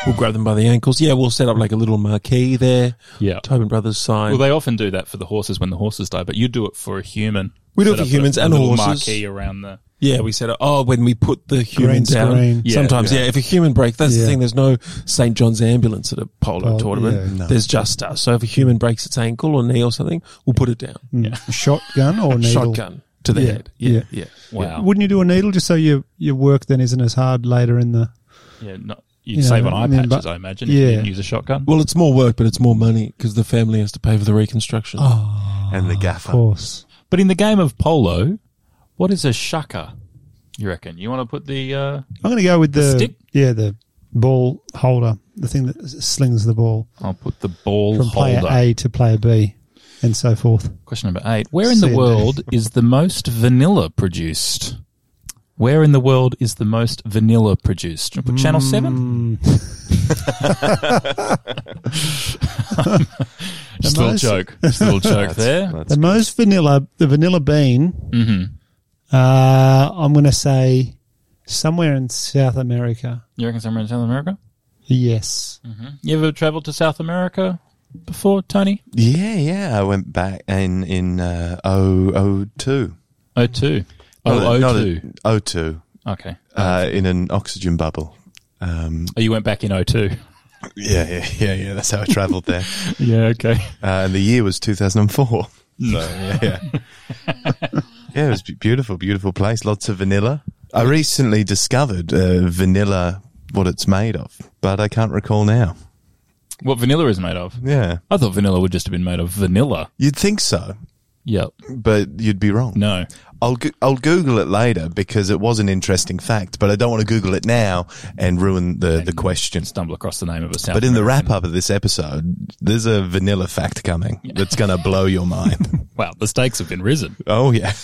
Speaker 4: we'll grab them by the ankles. Yeah, we'll set up like a little marquee there.
Speaker 1: Yeah.
Speaker 4: Tobin Brothers sign.
Speaker 1: Well, they often do that for the horses when the horses die, but you do it for a human.
Speaker 4: We do it
Speaker 1: Set
Speaker 4: for
Speaker 1: up
Speaker 4: humans
Speaker 1: a,
Speaker 4: and
Speaker 1: a little
Speaker 4: horses.
Speaker 1: Marquee around the.
Speaker 4: yeah, we set up. Oh, when we put the human down,
Speaker 2: screen.
Speaker 1: Yeah,
Speaker 4: sometimes
Speaker 1: yeah.
Speaker 4: yeah. If a human breaks, that's
Speaker 2: Yeah.
Speaker 4: the thing. There's no St John's ambulance at a polo
Speaker 2: Polo,
Speaker 4: tournament.
Speaker 2: yeah.
Speaker 4: There's just us. So if a human breaks its ankle or knee or something, we'll put it down.
Speaker 2: Shotgun [laughs] or needle?
Speaker 4: Shotgun to the
Speaker 2: Yeah,
Speaker 4: head. Yeah,
Speaker 2: yeah.
Speaker 4: yeah.
Speaker 1: Wow.
Speaker 2: Wouldn't you do a needle just so your your work then isn't as hard later in the?
Speaker 1: Yeah, not, you'd
Speaker 2: You know,
Speaker 1: save on eye
Speaker 2: I mean,
Speaker 1: patches,
Speaker 2: but-
Speaker 1: I imagine. if you
Speaker 2: yeah.
Speaker 1: didn't use a shotgun.
Speaker 4: Well, it's more work, but it's more money because the family has to pay for the reconstruction.
Speaker 3: and the
Speaker 2: Of
Speaker 3: gaffer.
Speaker 2: course.
Speaker 1: But in the game of polo, what is a shaka? You reckon? You want to put the uh,
Speaker 2: I'm going to go with the
Speaker 1: stick?
Speaker 2: yeah the ball holder. the thing that s- slings the ball
Speaker 1: I'll put the ball
Speaker 2: from
Speaker 1: holder.
Speaker 2: player A to player B, and so forth.
Speaker 1: Question number eight. Where in
Speaker 2: See
Speaker 1: the
Speaker 2: you
Speaker 1: world is the most vanilla produced? Where in the world is the most vanilla produced? Put Channel
Speaker 2: Mm,
Speaker 1: 7? Just a little
Speaker 2: most-
Speaker 1: joke. Just a little [laughs] joke there.
Speaker 2: The most vanilla, the vanilla bean.
Speaker 1: Mm-hmm.
Speaker 2: Uh, I'm going to say somewhere in South America.
Speaker 1: You reckon somewhere in South America?
Speaker 2: Yes.
Speaker 1: You ever traveled to South America before, Tony?
Speaker 3: Yeah, yeah. I went back in in uh, 002.
Speaker 1: Oh two.
Speaker 3: Not
Speaker 1: Oh,
Speaker 3: a-
Speaker 1: oh
Speaker 3: not
Speaker 1: two.
Speaker 3: a- 02.
Speaker 1: Okay.
Speaker 3: Uh, in an oxygen bubble. Um,
Speaker 1: Oh, you went back in oh two.
Speaker 3: yeah, yeah, yeah, yeah. That's how I travelled there.
Speaker 1: [laughs] Yeah, okay.
Speaker 3: [laughs] Uh, and the year was 2004. So, yeah, yeah. [laughs] yeah, it was be- beautiful, beautiful place. Lots of vanilla. I recently discovered uh, vanilla, what it's made of, but I can't recall now.
Speaker 1: What vanilla is made of?
Speaker 3: Yeah.
Speaker 1: I thought vanilla would just have been made of vanilla.
Speaker 3: You'd think so,
Speaker 1: Yep.
Speaker 3: but you'd be wrong.
Speaker 1: No.
Speaker 3: I'll, go- I'll Google it later because it was an interesting fact, but I don't want to Google it now and ruin the, the question.
Speaker 1: Stumble across the name of a South
Speaker 3: But in the
Speaker 1: American-
Speaker 3: wrap up of this episode, there's a vanilla fact coming that's going to blow
Speaker 1: [laughs]
Speaker 3: your mind.
Speaker 1: Wow, the stakes have been risen.
Speaker 3: oh, yeah.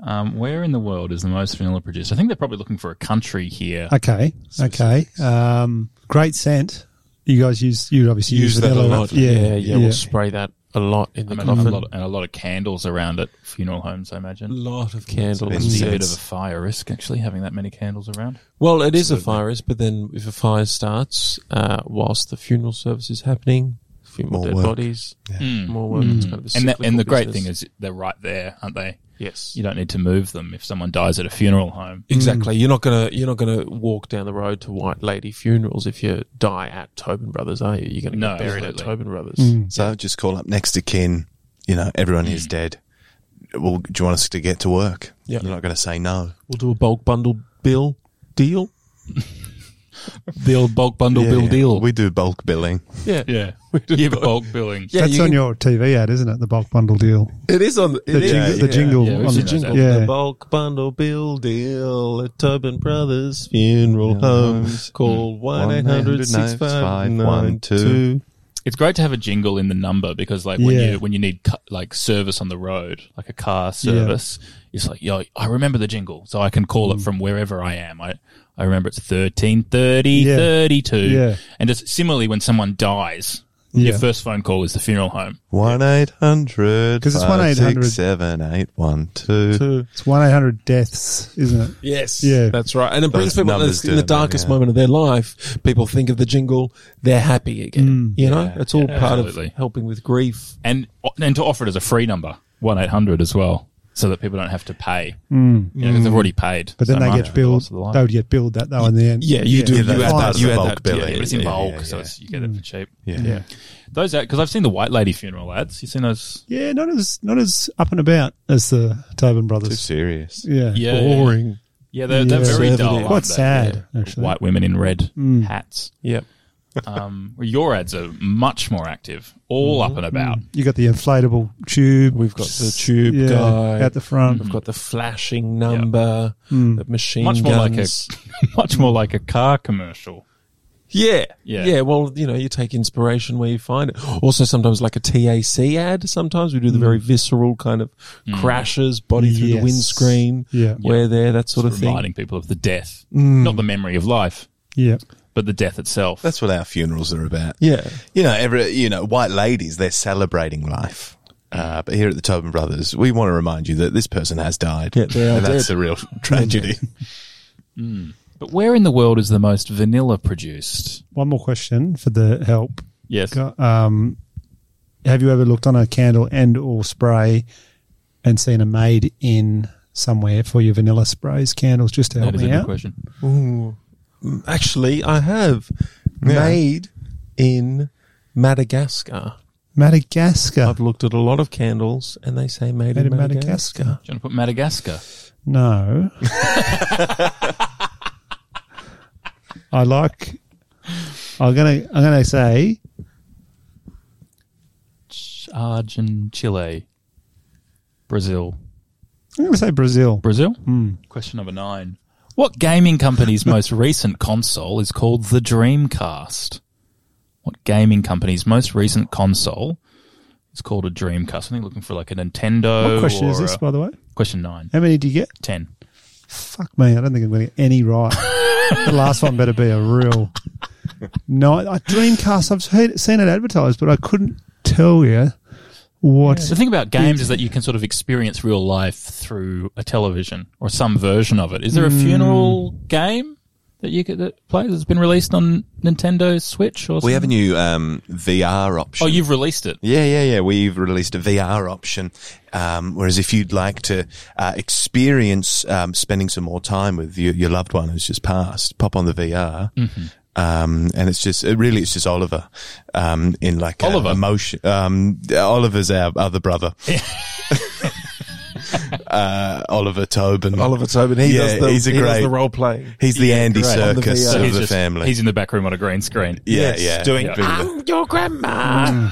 Speaker 1: Um, where in the world is the most vanilla produced? I think they're probably looking for a country here.
Speaker 2: Okay. Okay. Um, great scent. You guys use you obviously use,
Speaker 3: Use that a
Speaker 2: vanilla.
Speaker 3: lot.
Speaker 2: Yeah.
Speaker 4: yeah, we'll spray that a lot in
Speaker 1: I
Speaker 4: the
Speaker 1: mean, a
Speaker 4: coffin.
Speaker 1: lot and a lot of candles around at funeral homes, I imagine.
Speaker 4: of candles.
Speaker 1: It's a
Speaker 3: Incense.
Speaker 1: bit of a fire risk, actually, having that many candles around.
Speaker 4: Well, it is a fire risk, but then if a fire starts uh, whilst the funeral service is happening, a few more,
Speaker 3: More
Speaker 4: dead
Speaker 3: work.
Speaker 4: bodies, more work. It's kind of a
Speaker 1: Hmm. And that, and the
Speaker 4: cyclical
Speaker 1: great
Speaker 4: business.
Speaker 1: thing is they're right there, aren't they?
Speaker 4: yes,
Speaker 1: You don't need to move them if someone dies at a funeral home.
Speaker 4: Mm. exactly. You're not gonna you're not gonna walk down the road to White Lady funerals if you die at Tobin Brothers, are you? You're gonna
Speaker 1: No,
Speaker 4: get buried at
Speaker 1: absolutely.
Speaker 4: Tobin Brothers.
Speaker 2: Hmm. Mm.
Speaker 3: So just call up next to kin. You know, everyone is dead. Well, do you want us to get to work?
Speaker 4: Yeah.
Speaker 3: They're not going to say no.
Speaker 4: We'll do a bulk bundle bill
Speaker 1: [laughs]
Speaker 4: deal.
Speaker 1: The old bulk bundle
Speaker 3: Yeah,
Speaker 1: bill
Speaker 3: yeah.
Speaker 1: deal.
Speaker 3: We do bulk billing.
Speaker 4: Yeah,
Speaker 1: yeah. yeah, bulk billing.
Speaker 4: Yeah,
Speaker 2: That's
Speaker 4: you
Speaker 2: on
Speaker 4: can-
Speaker 2: your TV ad, isn't it? The bulk bundle deal.
Speaker 4: It is on
Speaker 2: The,
Speaker 4: it is.
Speaker 2: jingle, the
Speaker 3: yeah.
Speaker 2: jingle.
Speaker 1: Yeah, we've
Speaker 2: on the
Speaker 1: seen those
Speaker 2: jingle.
Speaker 1: ads.
Speaker 2: Yeah.
Speaker 4: The bulk bundle bill deal at Tobin Brothers Funeral Homes. Call 1 800 659
Speaker 1: It's great to have a jingle in the number because, like, when
Speaker 2: Yeah.
Speaker 1: you when you need cu- like service on the road, like a car service, it's like, yo, I remember the jingle, so I can call it from wherever I am. I I remember it's thirteen thirty
Speaker 2: Yeah.
Speaker 1: thirty two,
Speaker 2: Yeah.
Speaker 1: and just similarly when someone dies, your
Speaker 2: Yeah.
Speaker 1: first phone call is the funeral home.
Speaker 3: 1 800
Speaker 2: 'Cause it's 1-800. It's one eight hundred deaths, isn't it?
Speaker 4: Yes.
Speaker 2: Yeah.
Speaker 4: That's right. And it brings
Speaker 3: Those
Speaker 4: people
Speaker 3: numbers
Speaker 4: in
Speaker 3: do
Speaker 4: the
Speaker 3: it, man,
Speaker 4: darkest
Speaker 3: yeah.
Speaker 4: moment of their life. People think of the jingle, they're happy again. you know, it's all
Speaker 1: yeah,
Speaker 4: part
Speaker 1: absolutely.
Speaker 4: of helping with grief.
Speaker 1: and and to offer it as a free number, one eight hundred as well, so that people don't have to pay. Mm. You know, 'cause they've already paid,
Speaker 2: Hmm. But then
Speaker 1: so
Speaker 2: they
Speaker 1: much
Speaker 2: get
Speaker 1: for the
Speaker 2: billed.
Speaker 1: loss of the life.
Speaker 2: They would get billed that though in the end.
Speaker 4: Yeah, you do.
Speaker 3: Yeah,
Speaker 4: you
Speaker 3: that's
Speaker 4: add
Speaker 3: part
Speaker 4: that
Speaker 3: of the
Speaker 4: add
Speaker 3: bulk
Speaker 4: that,
Speaker 3: billing.
Speaker 1: Yeah, but it's
Speaker 3: Yeah,
Speaker 1: in
Speaker 3: yeah,
Speaker 1: bulk,
Speaker 3: yeah,
Speaker 1: so
Speaker 3: yeah.
Speaker 1: It's, you get
Speaker 2: Hmm.
Speaker 1: it for cheap.
Speaker 3: Yeah.
Speaker 1: Those because I've seen the white lady funeral ads. You seen those?
Speaker 2: Yeah, not as not as up and about as the Tobin
Speaker 3: Too
Speaker 2: brothers.
Speaker 3: serious.
Speaker 2: Yeah,
Speaker 1: Yeah,
Speaker 4: Boring.
Speaker 1: Yeah, they're, they're very dull.
Speaker 4: Conservative.
Speaker 1: aren't
Speaker 2: Quite
Speaker 1: they?
Speaker 2: sad,
Speaker 1: Yeah.
Speaker 2: actually. Hmm.
Speaker 1: White women in red hats.
Speaker 4: Yeah.
Speaker 1: Um, well, your ads are much more active, all
Speaker 3: Mm-hmm.
Speaker 1: up and about.
Speaker 2: You got the inflatable tube.
Speaker 4: We've got the tube
Speaker 2: yeah,
Speaker 4: guy.
Speaker 2: at the front.
Speaker 4: We've got the flashing number, the machine
Speaker 1: Mm. Much more
Speaker 4: guns.
Speaker 1: like a [laughs] much more like a car commercial.
Speaker 4: Yeah.
Speaker 1: Yeah.
Speaker 4: Yeah. Well, you know, you take inspiration where you find it. Also, sometimes like a TAC ad, sometimes we do the very visceral kind of crashes, body through the
Speaker 2: Yes.
Speaker 4: windscreen,
Speaker 2: Yeah.
Speaker 4: where there, that sort of thing.
Speaker 1: reminding people of the death,
Speaker 2: Hmm.
Speaker 1: not the memory of life,
Speaker 2: Yeah,
Speaker 1: but the death itself.
Speaker 3: That's what our funerals are about.
Speaker 4: Yeah.
Speaker 3: You know, every you know, white ladies, they're celebrating life. Uh, but here at the Tobin Brothers, we want to remind you that this person has died.
Speaker 4: Yeah, they are
Speaker 3: and that's
Speaker 4: dead.
Speaker 3: a real tragedy.
Speaker 1: but where in the world is the most vanilla produced?
Speaker 2: one more question for the help.
Speaker 1: Yes.
Speaker 2: Go- Um, have you ever looked on a candle and or spray and seen a made in somewhere for your vanilla sprays candles? Just to help
Speaker 1: That is a
Speaker 2: me
Speaker 1: good
Speaker 2: out.
Speaker 1: question.
Speaker 4: Actually, I have made in Madagascar.
Speaker 2: Madagascar.
Speaker 4: I've looked at a lot of candles and they say made,
Speaker 2: Made
Speaker 4: in
Speaker 2: in Madagascar.
Speaker 4: Madagascar.
Speaker 1: Do you want to put Madagascar? [laughs]
Speaker 2: No. I like. I'm gonna. I'm gonna say
Speaker 1: Argentina, Chile, Brazil.
Speaker 2: I'm going to say Brazil. Hmm.
Speaker 1: Brazil? Question number nine. What gaming
Speaker 2: [laughs]
Speaker 1: company's most recent console is called the Dreamcast? What gaming company's most recent console is called a Dreamcast? I think looking for like a Nintendo.
Speaker 2: what question is
Speaker 1: or uh,
Speaker 2: this,
Speaker 1: a-
Speaker 2: by the way?
Speaker 1: question nine.
Speaker 2: How many do you get?
Speaker 1: Ten.
Speaker 2: Fuck me, I don't think I'm going to get any right. the last one better be a real. No, I, Dreamcast. I've heard, seen it advertised, but I couldn't tell you what.
Speaker 1: The thing about games is that you can sort of experience real life through a television or some version of it. Is there a funeral game that you could that play that's been released on Nintendo Switch or
Speaker 3: We have a
Speaker 1: something?
Speaker 3: new um, VR option.
Speaker 1: Oh, you've released it.
Speaker 3: Yeah, yeah, yeah. We've released a VR option. Um, whereas if you'd like to uh, experience um, spending some more time with your, your loved one who's just passed, pop on the VR.
Speaker 1: Mm-hmm.
Speaker 3: Um, and it's just it really it's just Oliver um, in like a-
Speaker 1: Oliver?
Speaker 3: a motion. Um, Oliver's our
Speaker 1: [laughs]
Speaker 3: other brother. [laughs] uh, Oliver Tobin.
Speaker 4: Oliver Tobin, he
Speaker 3: Yeah,
Speaker 4: does the,
Speaker 3: he's a
Speaker 4: he does
Speaker 3: great-
Speaker 4: the role playing.
Speaker 3: He's the Andy
Speaker 4: great. On the
Speaker 3: Circus
Speaker 4: VR.
Speaker 3: of
Speaker 1: he's
Speaker 3: the
Speaker 1: just-
Speaker 3: family.
Speaker 1: He's in the back room on a green screen.
Speaker 3: yeah,
Speaker 4: Yes,
Speaker 3: yeah,
Speaker 4: doing-
Speaker 3: Bit of a-
Speaker 5: your grandma.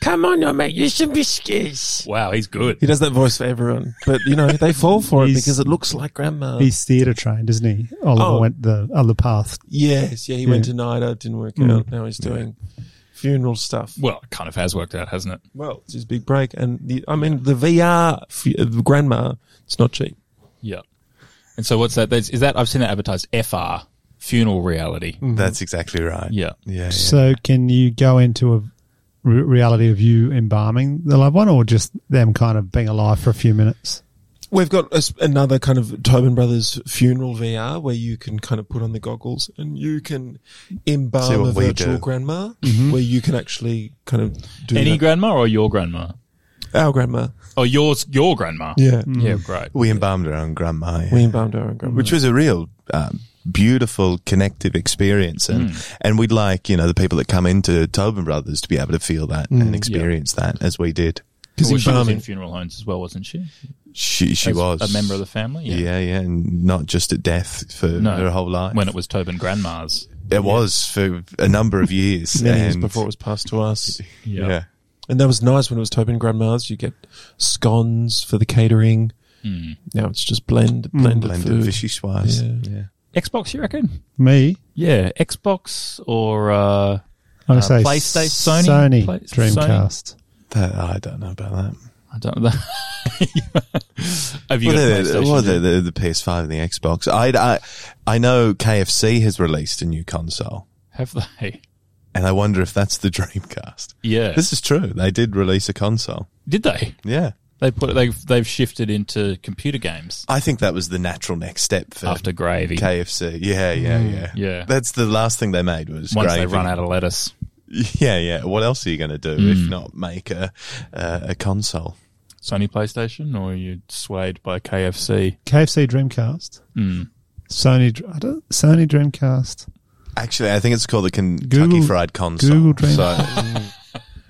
Speaker 5: Come on, I'll make you some biscuits.
Speaker 1: Wow, he's good.
Speaker 4: He does that voice for everyone, but you know they fall for it
Speaker 2: He's-
Speaker 4: because it looks like grandma.
Speaker 2: He's theatre trained, isn't he? Oliver
Speaker 4: Oh.
Speaker 2: went the other path.
Speaker 4: Yes, yeah, he went to NIDA, didn't work
Speaker 3: Mm.
Speaker 4: out. Now he's doing funeral stuff.
Speaker 1: Well, it kind of has worked out, hasn't it?
Speaker 4: Well, it's his big break, and the, I mean the VR f- uh, grandma. It's not cheap.
Speaker 1: Yeah. And so what's that? That's- Is that I've seen that advertised FR funeral reality.
Speaker 3: That's exactly right.
Speaker 1: Yeah.
Speaker 3: yeah, yeah.
Speaker 2: So, can you go into a re- reality of you embalming the loved one, or just them kind of being alive for a few minutes?
Speaker 4: We've got a s another kind of Tobin Brothers funeral VR where you can kind of put on the goggles and you can
Speaker 3: See
Speaker 4: embalm
Speaker 3: what
Speaker 4: a
Speaker 3: we
Speaker 4: virtual
Speaker 3: do. Mm-hmm.
Speaker 4: grandma where you can actually kind of do
Speaker 1: Any
Speaker 4: that.
Speaker 1: grandma or your grandma?
Speaker 4: our grandma.
Speaker 1: Oh, yours, your grandma.
Speaker 4: Yeah.
Speaker 1: Yeah, great.
Speaker 3: We embalmed our own grandma. yeah.
Speaker 4: We embalmed our own grandma.
Speaker 3: which was a real uh, beautiful connective experience and
Speaker 1: Hmm.
Speaker 3: and we'd like you know the people that come into Tobin Brothers to be able to feel that
Speaker 4: Hmm.
Speaker 3: and experience that as we did
Speaker 4: because
Speaker 1: Well, she was
Speaker 4: embalming.
Speaker 1: in funeral homes as well, wasn't she?
Speaker 3: she she
Speaker 1: As
Speaker 3: was
Speaker 1: a member of the family.
Speaker 3: yeah. yeah and not just at death for
Speaker 1: No.
Speaker 3: her whole life
Speaker 1: when it was Tobin Grandma's.
Speaker 3: it was for a number of years
Speaker 4: [laughs] Many years
Speaker 3: and-
Speaker 4: before it was passed to us.
Speaker 3: yeah.
Speaker 4: And that was nice when it was Tobin Grandma's. You get scones for the catering.
Speaker 1: Hmm.
Speaker 4: Now it's just blend, blended,
Speaker 3: Mm, blended
Speaker 4: food.
Speaker 3: fishy swice
Speaker 4: Yeah.
Speaker 1: Xbox, you reckon?
Speaker 2: Me,
Speaker 1: Yeah, Xbox or uh,
Speaker 2: I
Speaker 1: Uh,
Speaker 2: say
Speaker 1: PlayStation, Sony?
Speaker 2: Sony,
Speaker 1: Play-
Speaker 2: Dreamcast.
Speaker 3: That- I don't know about that
Speaker 1: I don't know. [laughs] Have you
Speaker 3: well,
Speaker 1: got a
Speaker 3: the,
Speaker 1: PlayStation?
Speaker 3: well, the, the, the PS5 and the Xbox I, I, I know KFC has released a new console
Speaker 1: Have they?
Speaker 3: and I wonder if that's the [laughs] Dreamcast
Speaker 1: Yeah.
Speaker 3: This is true. They did release a console.
Speaker 1: Did they?
Speaker 3: Yeah.
Speaker 1: They put they've they've shifted into computer games
Speaker 3: I think that was the natural next step for
Speaker 1: after gravy.
Speaker 3: KFC. Yeah, yeah, yeah.
Speaker 1: yeah.
Speaker 3: That's the last thing they made was
Speaker 1: Once
Speaker 3: gravy.
Speaker 1: they run out of Mm. lettuce.
Speaker 3: [laughs] Yeah, yeah. What else are you going to do if not make a uh, a console?
Speaker 1: Sony PlayStation or are you swayed by KFC?
Speaker 2: KFC Dreamcast, Sony, Dr- I don't, Sony Dreamcast.
Speaker 3: Actually, I think it's called the Kentucky
Speaker 2: Google-
Speaker 3: Fried Console.
Speaker 2: Google Dream-
Speaker 3: So,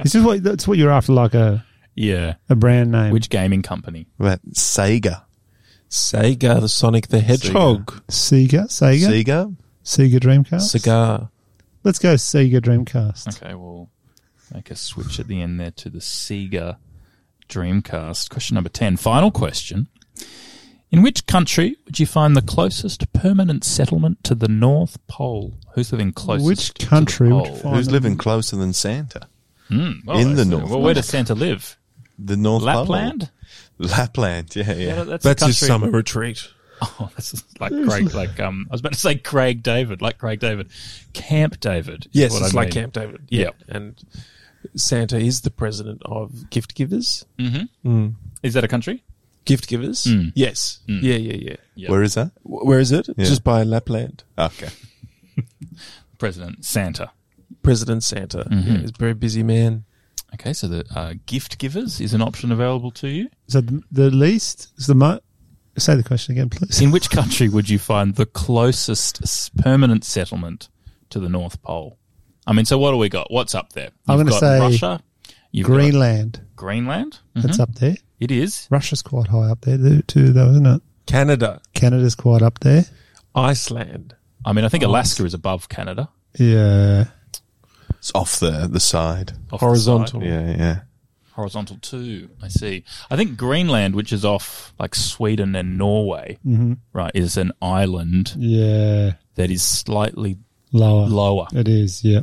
Speaker 2: This is what that's what you're after, like a,
Speaker 1: Yeah.
Speaker 2: a brand name.
Speaker 1: Which gaming company?
Speaker 3: but Sega. [laughs]
Speaker 4: Sega, the Sonic the Hedgehog.
Speaker 2: Sega, Sega,
Speaker 3: Sega?
Speaker 2: Sega Dreamcast.
Speaker 4: Cigar.
Speaker 2: Let's go Sega Dreamcast.
Speaker 1: Okay, we'll make a switch at the end there to the Sega Dreamcast. Question number 10. Final question. In which country would you find the closest permanent settlement to the North Pole? Who's living closest?
Speaker 2: Which
Speaker 1: to the
Speaker 2: country would
Speaker 1: pole?
Speaker 2: find-
Speaker 3: Who's
Speaker 2: no.
Speaker 3: living closer than Santa?
Speaker 1: Hmm, well,
Speaker 3: in the
Speaker 1: that's-
Speaker 3: North
Speaker 1: Well, where does
Speaker 3: Pole?
Speaker 1: Santa live?
Speaker 3: The North Pole?
Speaker 1: Lapland?
Speaker 3: Lapland, yeah, yeah.
Speaker 1: That-
Speaker 4: That's
Speaker 1: a
Speaker 4: his
Speaker 1: country-
Speaker 4: summer retreat.
Speaker 1: [laughs] Oh, that's like Craig. Like um, I was about to say Craig David, like Craig David, Camp David. is
Speaker 4: Yes,
Speaker 1: what
Speaker 4: it's
Speaker 1: I
Speaker 4: like
Speaker 1: mean.
Speaker 4: Camp David.
Speaker 1: Yeah.
Speaker 4: And Santa is the president of gift givers.
Speaker 1: Is that a country?
Speaker 4: Gift givers?
Speaker 1: Mm.
Speaker 4: Yes. Yeah, yeah, yeah.
Speaker 1: Yeah.
Speaker 3: Where is that?
Speaker 4: Wh- Where is it?
Speaker 3: Yeah.
Speaker 4: Just by Lapland.
Speaker 3: Okay.
Speaker 1: President Santa.
Speaker 4: President Santa.
Speaker 1: Mm-hmm.
Speaker 4: Yeah, he's a very busy man.
Speaker 1: Okay, so the uh, gift givers is an option available to you.
Speaker 2: So the, the least is the mo- say the question again,
Speaker 1: [laughs]
Speaker 2: please.
Speaker 1: In which country would you find the closest s- permanent settlement to the North Pole? I mean, so what do we got? What's up there?
Speaker 2: I'm
Speaker 1: You've
Speaker 2: gonna
Speaker 1: got
Speaker 2: say
Speaker 1: Russia. You've got
Speaker 2: Greenland.
Speaker 1: Mm-hmm. Greenland.
Speaker 2: That's up there.
Speaker 1: It is.
Speaker 2: Russia's quite high up there too- too, though, isn't it?
Speaker 4: Canada,
Speaker 2: Canada's quite up there.
Speaker 4: Iceland.
Speaker 1: I mean, I think Alaska is above Canada.
Speaker 2: Yeah.
Speaker 3: It's off the, the side.
Speaker 1: off the
Speaker 4: horizontal.
Speaker 3: Yeah, yeah.
Speaker 1: Horizontal 2. I see. I think Greenland, which is off like Sweden and Norway,
Speaker 2: Mm-hmm.
Speaker 1: right, is an island
Speaker 2: Yeah.
Speaker 1: that is slightly
Speaker 2: Lower.
Speaker 1: Lower.
Speaker 2: It is, yeah.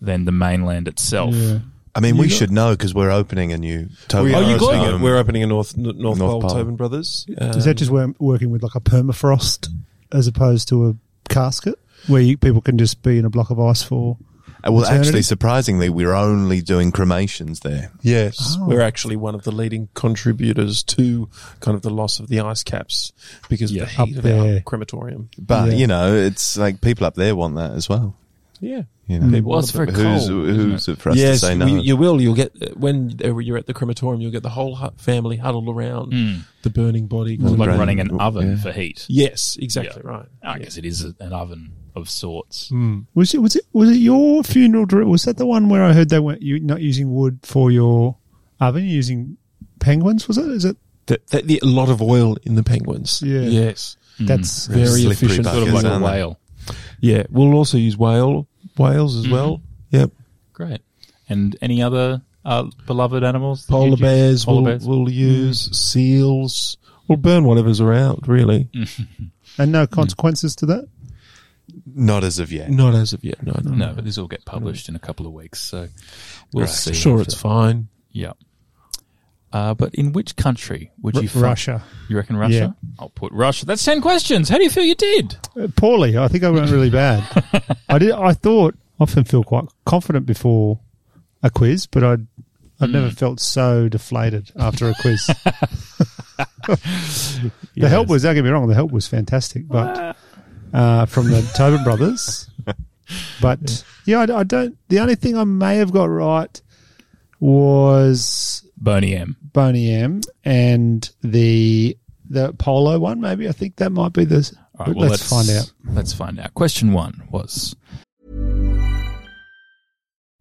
Speaker 1: than the mainland itself.
Speaker 2: Yeah.
Speaker 3: I mean, we
Speaker 2: got-
Speaker 3: should know because we're opening a new Tobin
Speaker 4: We
Speaker 1: Oh,
Speaker 4: are
Speaker 1: you
Speaker 3: Brothers
Speaker 1: got
Speaker 4: opening
Speaker 1: it.
Speaker 4: a-
Speaker 3: home.
Speaker 4: We're opening a North North, North
Speaker 3: Um, North
Speaker 4: Pole
Speaker 3: Pole.
Speaker 4: Tobin Brothers. Uh,
Speaker 2: is that just wor- working with like a permafrost as opposed to a casket where you, people can just be in a block of ice for?
Speaker 3: Uh, well,
Speaker 2: Eternity?
Speaker 3: actually, surprisingly, we're only doing cremations there.
Speaker 4: Yes,
Speaker 2: Oh.
Speaker 4: we're actually one of the leading contributors to kind of the loss of the ice caps because
Speaker 1: Yeah.
Speaker 4: of the heat
Speaker 2: Up
Speaker 4: of our
Speaker 2: there.
Speaker 4: crematorium.
Speaker 3: But
Speaker 2: Yeah.
Speaker 3: you know, it's like people up there want that as well.
Speaker 4: Yeah.
Speaker 3: You know,
Speaker 1: Mm. Well, it's very
Speaker 3: who's
Speaker 1: cold, isn't
Speaker 3: who's it for us
Speaker 4: yes,
Speaker 3: to say
Speaker 4: we-
Speaker 3: no?
Speaker 4: you will. You'll get uh, when you're at the crematorium. You'll get the whole hu- family huddled around the burning body.
Speaker 1: It's like
Speaker 3: Right.
Speaker 1: running an oven
Speaker 3: Yeah.
Speaker 1: for heat.
Speaker 4: yes, exactly
Speaker 1: Yeah.
Speaker 4: right.
Speaker 1: I guess it is an oven of sorts.
Speaker 2: Was it was it was it your funeral? dir- Was that the one where I heard they weren't you not using wood for your oven? You're using penguins? Was it? Is it?
Speaker 4: That, that, the, a lot of oil in the penguins.
Speaker 2: Yeah.
Speaker 4: Yes.
Speaker 2: That's
Speaker 4: Very
Speaker 3: Slippery
Speaker 4: efficient.
Speaker 3: bucket.
Speaker 1: Sort of
Speaker 3: Yes,
Speaker 1: like a
Speaker 3: aren't they?
Speaker 1: whale.
Speaker 4: Yeah. We'll also use whale whales as well. Yep.
Speaker 1: Great. And any other uh, beloved animals? that
Speaker 4: Polar
Speaker 1: you'd use?
Speaker 4: bears. Mm.
Speaker 1: Polar
Speaker 4: we'll,
Speaker 1: bears.
Speaker 4: we'll use seals. We'll burn whatever's around. Really.
Speaker 2: and no consequences to that.
Speaker 3: Not as of yet.
Speaker 4: Not as of yet. No. No.
Speaker 1: No, but these all get published in a couple of weeks, so we'll see.
Speaker 4: Sure, it's fine.
Speaker 1: Yeah. Uh, but in which country would you
Speaker 2: R-
Speaker 1: fu-
Speaker 2: Russia.
Speaker 1: You reckon Russia? I'll put Russia. That's ten questions. How do you feel you did?
Speaker 2: Uh, poorly. I think I went really bad. I did. I thought I often feel quite confident before a quiz, but I. I've never felt so deflated after a quiz. the help was, don't get me wrong, the help was fantastic, but uh, from the Tobin brothers. But yeah, I, I don't. The only thing I may have got right was
Speaker 1: Boney M.
Speaker 2: Boney M and the the polo one. Maybe I think that might be the.
Speaker 1: All
Speaker 2: but
Speaker 1: well,
Speaker 2: let's, find out.
Speaker 1: Let's find out. Question one was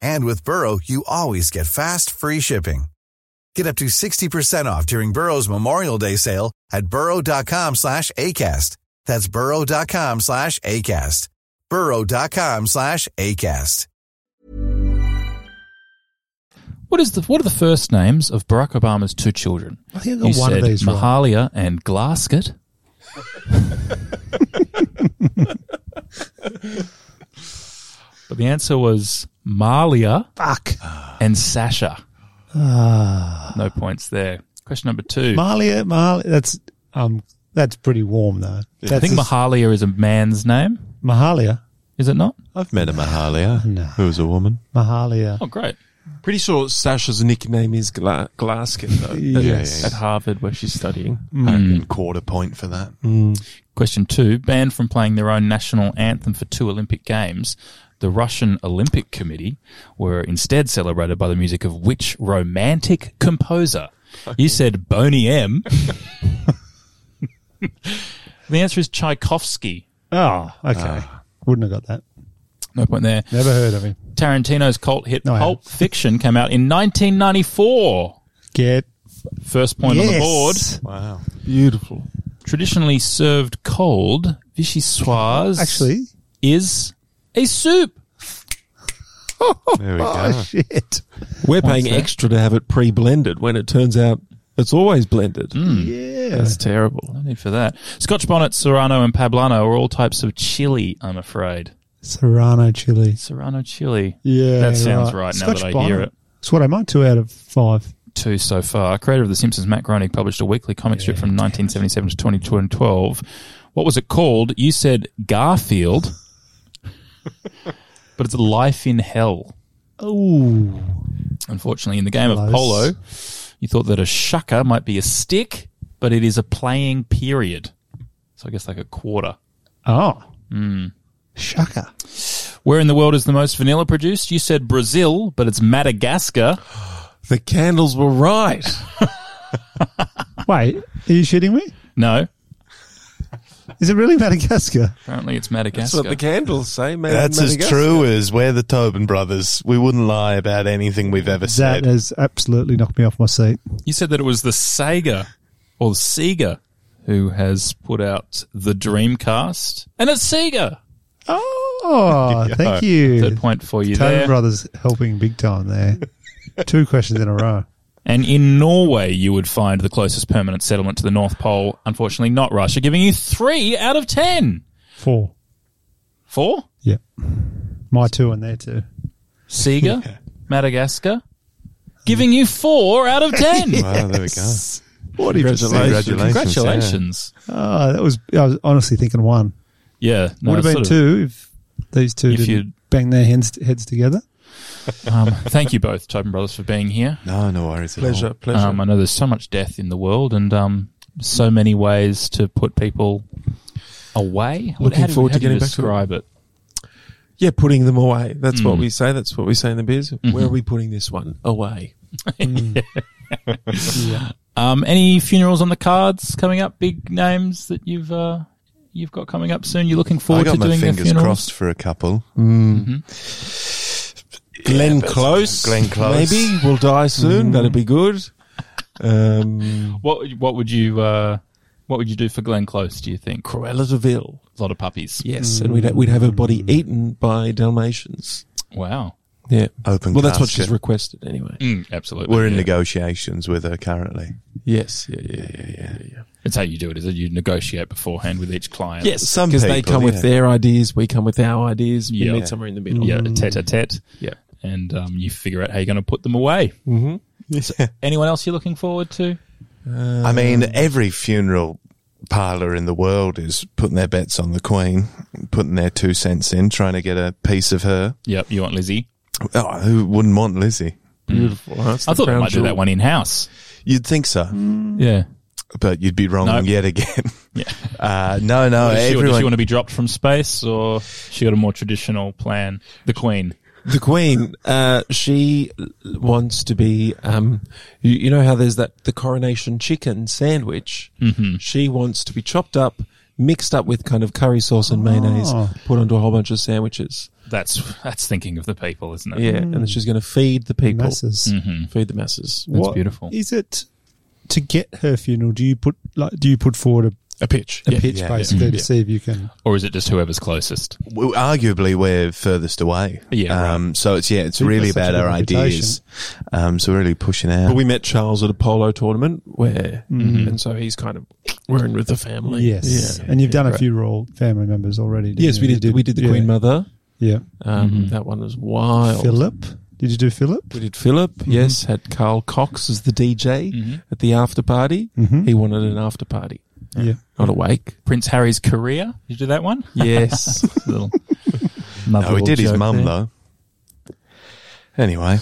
Speaker 6: And with Burrow, you always get fast, free shipping. Get up to 60% off during Burrow's Memorial Day sale at burrow.com slash ACAST. That's burrow.com slash ACAST. burrow.com slash ACAST.
Speaker 1: what is the what are the first names of Barack Obama's two children?
Speaker 2: I think I
Speaker 1: you
Speaker 2: got one
Speaker 1: said
Speaker 2: of these right.
Speaker 1: Mahalia and Glaskett. but the answer was Malia
Speaker 2: Fuck.
Speaker 1: and Sasha.
Speaker 2: Ah.
Speaker 1: No points there. Question number two.
Speaker 2: Malia, Malia. That's um. That's pretty warm though. That's
Speaker 1: I think Mahalia is a man's name,
Speaker 2: Mahalia.
Speaker 1: is it not?
Speaker 3: I've met a Mahalia,
Speaker 2: No.
Speaker 3: who was a woman.
Speaker 2: Mahalia.
Speaker 1: Oh, great.
Speaker 4: Pretty sure Sasha's nickname is Gla- Glaskin, [laughs] though.
Speaker 2: Yes.
Speaker 4: At Harvard, where she's studying.
Speaker 1: Mm.
Speaker 3: I've got quarter point for that.
Speaker 1: Question two. Banned from playing their own national anthem for two Olympic Games, the Russian Olympic Committee were instead celebrated by the music of which romantic composer? You said Boney
Speaker 2: [laughs]
Speaker 1: M. the answer is Tchaikovsky.
Speaker 2: Oh,
Speaker 1: Ah,
Speaker 2: okay. Wouldn't have got that.
Speaker 1: No point there.
Speaker 2: Never heard of him.
Speaker 1: Tarantino's cult hit
Speaker 2: No, I
Speaker 1: Pulp Fiction came out in 1994.
Speaker 2: Get
Speaker 1: First point on the board.
Speaker 3: Wow.
Speaker 4: Beautiful.
Speaker 1: Traditionally served cold, vichyssoise
Speaker 2: Actually,
Speaker 1: is a soup.
Speaker 3: There we go.
Speaker 2: oh, shit.
Speaker 1: Hmm.
Speaker 4: We're paying
Speaker 1: that?
Speaker 4: extra to have it pre blended when it turns out it's always blended.
Speaker 2: Yeah.
Speaker 4: Mm. That's terrible.
Speaker 1: No need for that. Scotch bonnet, serrano, and poblano are all types of chili. I'm afraid
Speaker 2: Serrano chili.
Speaker 1: serrano chili.
Speaker 2: Yeah,
Speaker 1: that sounds right, now that I hear it.
Speaker 2: It's what I might two out of five.
Speaker 1: Two so far. Creator of The Simpsons, Matt Groening, published a weekly comic strip from 1977 to 2012. What was it called? You said
Speaker 2: [laughs]
Speaker 1: Garfield, but it's Life in Hell.
Speaker 2: Oh,
Speaker 1: Unfortunately, in the game
Speaker 2: Close.
Speaker 1: of polo, you thought that a shaka might be a stick, but it is a playing period. So I guess like a quarter.
Speaker 2: Oh.
Speaker 1: Ah. Hmm.
Speaker 2: Shaka.
Speaker 1: Where in the world is the most vanilla produced? You said Brazil, but it's Madagascar.
Speaker 4: The candles were right. [laughs]
Speaker 2: Wait, are you shitting me?
Speaker 1: No,
Speaker 2: Is it really Madagascar?
Speaker 1: apparently it's
Speaker 4: That's
Speaker 1: Madagascar.
Speaker 4: what the candles say. Made in
Speaker 3: That's as
Speaker 4: Madagascar.
Speaker 3: true as we're the Tobin brothers. We wouldn't lie about anything we've ever
Speaker 2: That
Speaker 3: said.
Speaker 2: has absolutely knocked me off my seat.
Speaker 1: you said that it was the Sega or Sega who has put out the Dreamcast, and it's Sega. [laughs]
Speaker 2: Oh, thank you.
Speaker 1: Third point for you
Speaker 2: Tone
Speaker 1: there.
Speaker 2: Brothers helping big
Speaker 1: [laughs]
Speaker 2: time there. Two questions in a row.
Speaker 1: And in Norway, you would find the closest permanent settlement to the North Pole. Unfortunately, not Russia, giving you three out of ten.
Speaker 2: Four.
Speaker 1: Four?
Speaker 2: Yeah. My two and their two. [laughs]
Speaker 1: Sega, Madagascar, giving you four out of
Speaker 2: [laughs]
Speaker 1: ten.
Speaker 3: Wow, there we go.
Speaker 4: Congratulations.
Speaker 3: Congratulations.
Speaker 1: Congratulations.
Speaker 2: Oh, that was, I was honestly thinking one.
Speaker 1: Yeah. no,
Speaker 2: Would have been
Speaker 1: sort of-
Speaker 2: two if these two
Speaker 1: If
Speaker 2: didn't
Speaker 1: you'd-
Speaker 2: bang their heads, heads together.
Speaker 1: Um, thank you both, Tobin Brothers, for being here.
Speaker 3: No, no worries. at all.
Speaker 4: Pleasure, pleasure.
Speaker 1: Um, I know there's so much death in the world and um, so many ways to put people away. How
Speaker 4: Looking
Speaker 1: do-
Speaker 4: forward
Speaker 1: how
Speaker 4: to
Speaker 1: do you
Speaker 4: getting back to it.
Speaker 1: describe it.
Speaker 4: yeah, putting them away. That's what
Speaker 1: Mm.
Speaker 4: we say. That's what we say in the biz. Where are we putting this one away?
Speaker 1: Um, any funerals on the cards coming up? Big names that you've uh, you've got coming up soon. You're looking
Speaker 3: I
Speaker 1: forward
Speaker 3: got
Speaker 1: to
Speaker 3: my
Speaker 1: doing the
Speaker 3: fingers
Speaker 1: funerals.
Speaker 3: crossed for a couple.
Speaker 4: Glenn
Speaker 3: but-
Speaker 4: Close.
Speaker 3: Glenn Close.
Speaker 4: Maybe will die soon. That'd be good. Um,
Speaker 1: What what would you uh, what would you do for Glenn Close? Do you think a
Speaker 4: Cruella de Vil.
Speaker 1: lot of puppies?
Speaker 4: Yes, and we'd ha- we'd have her body eaten by Dalmatians.
Speaker 1: Wow.
Speaker 4: Yeah.
Speaker 3: Open
Speaker 4: Well, that's what
Speaker 3: casket.
Speaker 4: she's requested anyway.
Speaker 1: Mm, absolutely.
Speaker 3: We're in
Speaker 1: yeah.
Speaker 3: negotiations with her currently.
Speaker 4: Yes. Yeah. Yeah. Yeah. Yeah. yeah.
Speaker 1: It's how you do it. Is it you negotiate beforehand with each client?
Speaker 4: Yes,
Speaker 3: Some
Speaker 4: because they
Speaker 3: people,
Speaker 4: come
Speaker 3: yeah.
Speaker 4: with their ideas, we come with our ideas. We
Speaker 1: Yeah.
Speaker 4: meet somewhere in the middle. Mm.
Speaker 1: Yeah, tete a tete.
Speaker 4: [laughs] Yeah.
Speaker 1: And um, you figure out how you're going to put them away. Anyone else you're looking forward to? Uh,
Speaker 3: I mean, every funeral parlor in the world is putting their bets on the Queen, putting their two cents in, trying to get a piece of her.
Speaker 1: Yep, you want Lizzie?
Speaker 3: Oh, who wouldn't want Lizzie?
Speaker 4: Beautiful. That's
Speaker 1: I
Speaker 4: the
Speaker 1: thought they
Speaker 4: crown
Speaker 1: might do
Speaker 4: jewel.
Speaker 1: that one in house.
Speaker 3: You'd think so,
Speaker 1: Yeah.
Speaker 3: but you'd be wrong
Speaker 1: Mm. Nope.
Speaker 3: yet again.
Speaker 1: [laughs] Yeah.
Speaker 3: [laughs] Uh, no, no,
Speaker 1: Does she, or does she
Speaker 3: everyone.
Speaker 1: want to be dropped from space, or she got a more traditional plan? The Queen.
Speaker 4: The Queen, uh, she wants to be, um, you, you know how there's that, the coronation chicken sandwich? Mm-hmm. She wants to be chopped up, mixed up with kind of curry sauce and mayonnaise,
Speaker 2: Oh.
Speaker 4: put onto a whole bunch of sandwiches.
Speaker 1: That's that's thinking of the people, isn't it?
Speaker 4: Yeah. And then she's going to feed the people.
Speaker 2: Masses.
Speaker 4: Feed the masses.
Speaker 1: That's beautiful.
Speaker 2: Is it to get her funeral? Do you put like do you put forward a,
Speaker 4: A pitch.
Speaker 2: a
Speaker 4: Yeah.
Speaker 2: pitch
Speaker 3: yeah,
Speaker 2: basically
Speaker 1: yeah.
Speaker 2: to see if you can?
Speaker 1: Or is it just whoever's closest?
Speaker 3: Well, arguably, we're furthest away.
Speaker 1: Yeah, right.
Speaker 3: Um, so it's yeah, it's
Speaker 2: We've
Speaker 3: really
Speaker 2: got such
Speaker 3: about
Speaker 2: a good
Speaker 3: our ideas. Um, so we're really pushing out.
Speaker 4: But we met Charles at a polo tournament where, and so he's kind of, we're in with the family.
Speaker 2: Yes,
Speaker 4: Yeah.
Speaker 2: and you've done
Speaker 4: Yeah.
Speaker 2: a few royal family members already. didn't
Speaker 4: Yes,
Speaker 2: you?
Speaker 4: we
Speaker 2: You
Speaker 4: did. We did the
Speaker 2: yeah,
Speaker 4: Queen Mother.
Speaker 2: Yeah,
Speaker 4: Um, That one was wild.
Speaker 2: Philip. Did you do Philip?
Speaker 4: We did Philip, yes. Had Carl Cox as the DJ at the after party. He wanted an after party,
Speaker 2: Yeah,
Speaker 4: not a wake.
Speaker 1: Prince Harry's career. You do that one?
Speaker 4: [laughs] Yes.
Speaker 1: [laughs] Little,
Speaker 3: no, we Oh, did his mum though. Anyway,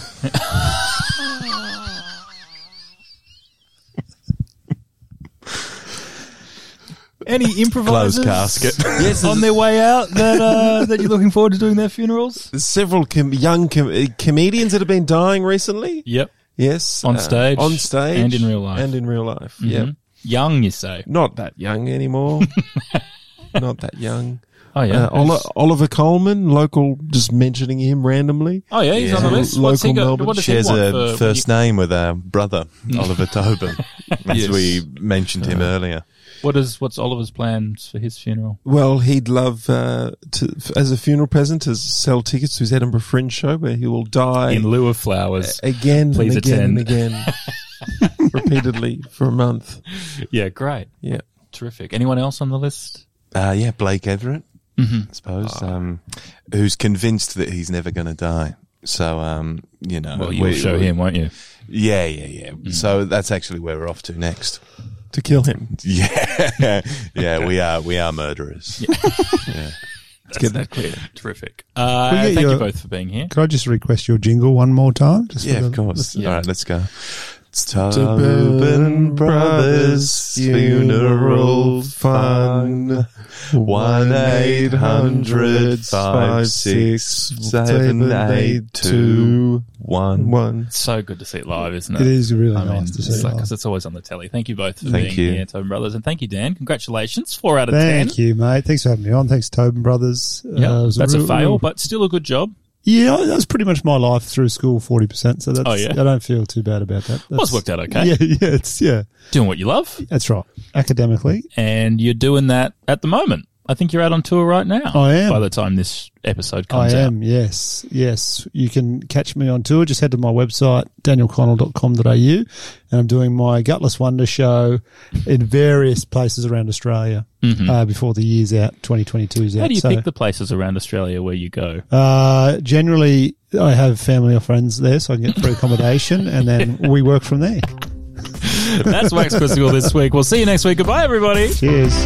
Speaker 1: Any improvisers
Speaker 3: closed
Speaker 1: [laughs]
Speaker 3: casket.
Speaker 1: on their way out that uh, that you're looking forward to doing their funerals?
Speaker 4: There's several com- young com- uh, comedians that have been dying recently.
Speaker 1: Yep.
Speaker 4: Yes.
Speaker 1: On
Speaker 4: uh,
Speaker 1: stage
Speaker 4: on stage.
Speaker 1: and in real life.
Speaker 4: And in real life. Mm-hmm. Yeah.
Speaker 1: Young, you say?
Speaker 4: Not that young [laughs] anymore. not that young.
Speaker 1: Oh yeah.
Speaker 4: Uh, Oli- Oliver Coleman, local, just mentioning him randomly.
Speaker 1: oh yeah, he's on the
Speaker 4: Yeah.
Speaker 1: list. What's
Speaker 4: Local
Speaker 1: he got?
Speaker 4: Melbourne
Speaker 1: what does he
Speaker 3: shares
Speaker 1: want
Speaker 3: a
Speaker 1: for-
Speaker 3: first name with
Speaker 1: [laughs]
Speaker 3: our brother Oliver Tobin, as
Speaker 1: Yes.
Speaker 3: we mentioned him earlier.
Speaker 1: What is what's Oliver's plans for his funeral?
Speaker 4: Well, he'd love uh, to, f- as a funeral present, to sell tickets to his Edinburgh Fringe show, where he will die
Speaker 1: In lieu of flowers.
Speaker 2: Uh,
Speaker 4: again
Speaker 1: Please
Speaker 4: and again and
Speaker 1: attend.
Speaker 4: again,
Speaker 1: [laughs]
Speaker 4: repeatedly for a month.
Speaker 1: yeah, great,
Speaker 4: Yeah,
Speaker 1: terrific. Anyone else on the list?
Speaker 3: Uh, yeah, Blake Everett,
Speaker 1: Mm-hmm.
Speaker 3: I suppose, um, who's convinced that he's never going to die. So, um, you know,
Speaker 1: Well, you'll
Speaker 3: we-
Speaker 1: show him, Mm-hmm. won't you?
Speaker 3: Yeah, yeah, yeah. So that's actually where we're off
Speaker 1: [laughs]
Speaker 3: to next.
Speaker 4: to kill him.
Speaker 3: Yeah, yeah. We are we are murderers. Yeah.
Speaker 4: Let's get that clear.
Speaker 1: [laughs] Terrific. Uh,
Speaker 2: Can we get
Speaker 1: thank you
Speaker 2: your-
Speaker 1: both for being here.
Speaker 2: Could I just request your jingle one more time? Just for
Speaker 3: Yeah, of
Speaker 2: the-
Speaker 3: course.
Speaker 1: Yeah.
Speaker 3: All right, let's go. It's Tobin Brothers Funeral Fund. 1 800 567
Speaker 4: One.
Speaker 1: It's so good to see it live, isn't it?
Speaker 2: It is really
Speaker 1: I mean,
Speaker 2: nice to
Speaker 1: it's
Speaker 2: see.
Speaker 1: like-
Speaker 2: live.
Speaker 1: 'cause it's always on the telly. Thank you both for
Speaker 3: Thank
Speaker 1: being
Speaker 3: you.
Speaker 1: here, Tobin Brothers, and thank you, Dan. Congratulations, four out of ten.
Speaker 2: Thank you, mate. Thanks for having me on. Thanks, Tobin Brothers.
Speaker 1: Yeah,
Speaker 2: Uh, it was
Speaker 1: that's a
Speaker 2: real-
Speaker 1: fail,
Speaker 2: real-
Speaker 1: but still a good job.
Speaker 2: yeah, that was pretty much my life through school, forty percent. So that's
Speaker 1: Oh, yeah?
Speaker 2: I don't feel too bad about that. That's,
Speaker 1: it's worked out okay.
Speaker 2: [laughs] Yeah, yeah, it's yeah,
Speaker 1: Doing what you love,
Speaker 2: that's right. Academically,
Speaker 1: and you're doing that at the moment. I think you're out on tour right now.
Speaker 2: I am.
Speaker 1: By the time this episode
Speaker 2: I
Speaker 1: comes out,
Speaker 2: am. Yes, yes. You can catch me on tour. Just head to my website, danielconnell.com.au, and I'm doing my Gutless Wonder show in various places around Australia uh, before the year's out. 2022's out.
Speaker 1: Mm-hmm. how do you
Speaker 2: So-
Speaker 1: pick the places around Australia where you go?
Speaker 2: Uh, generally, I have family or friends there, so I can get free accommodation, and then we work from there.
Speaker 1: That's Wax Quizzical this week. We'll see you next week. Goodbye, everybody.
Speaker 2: Cheers.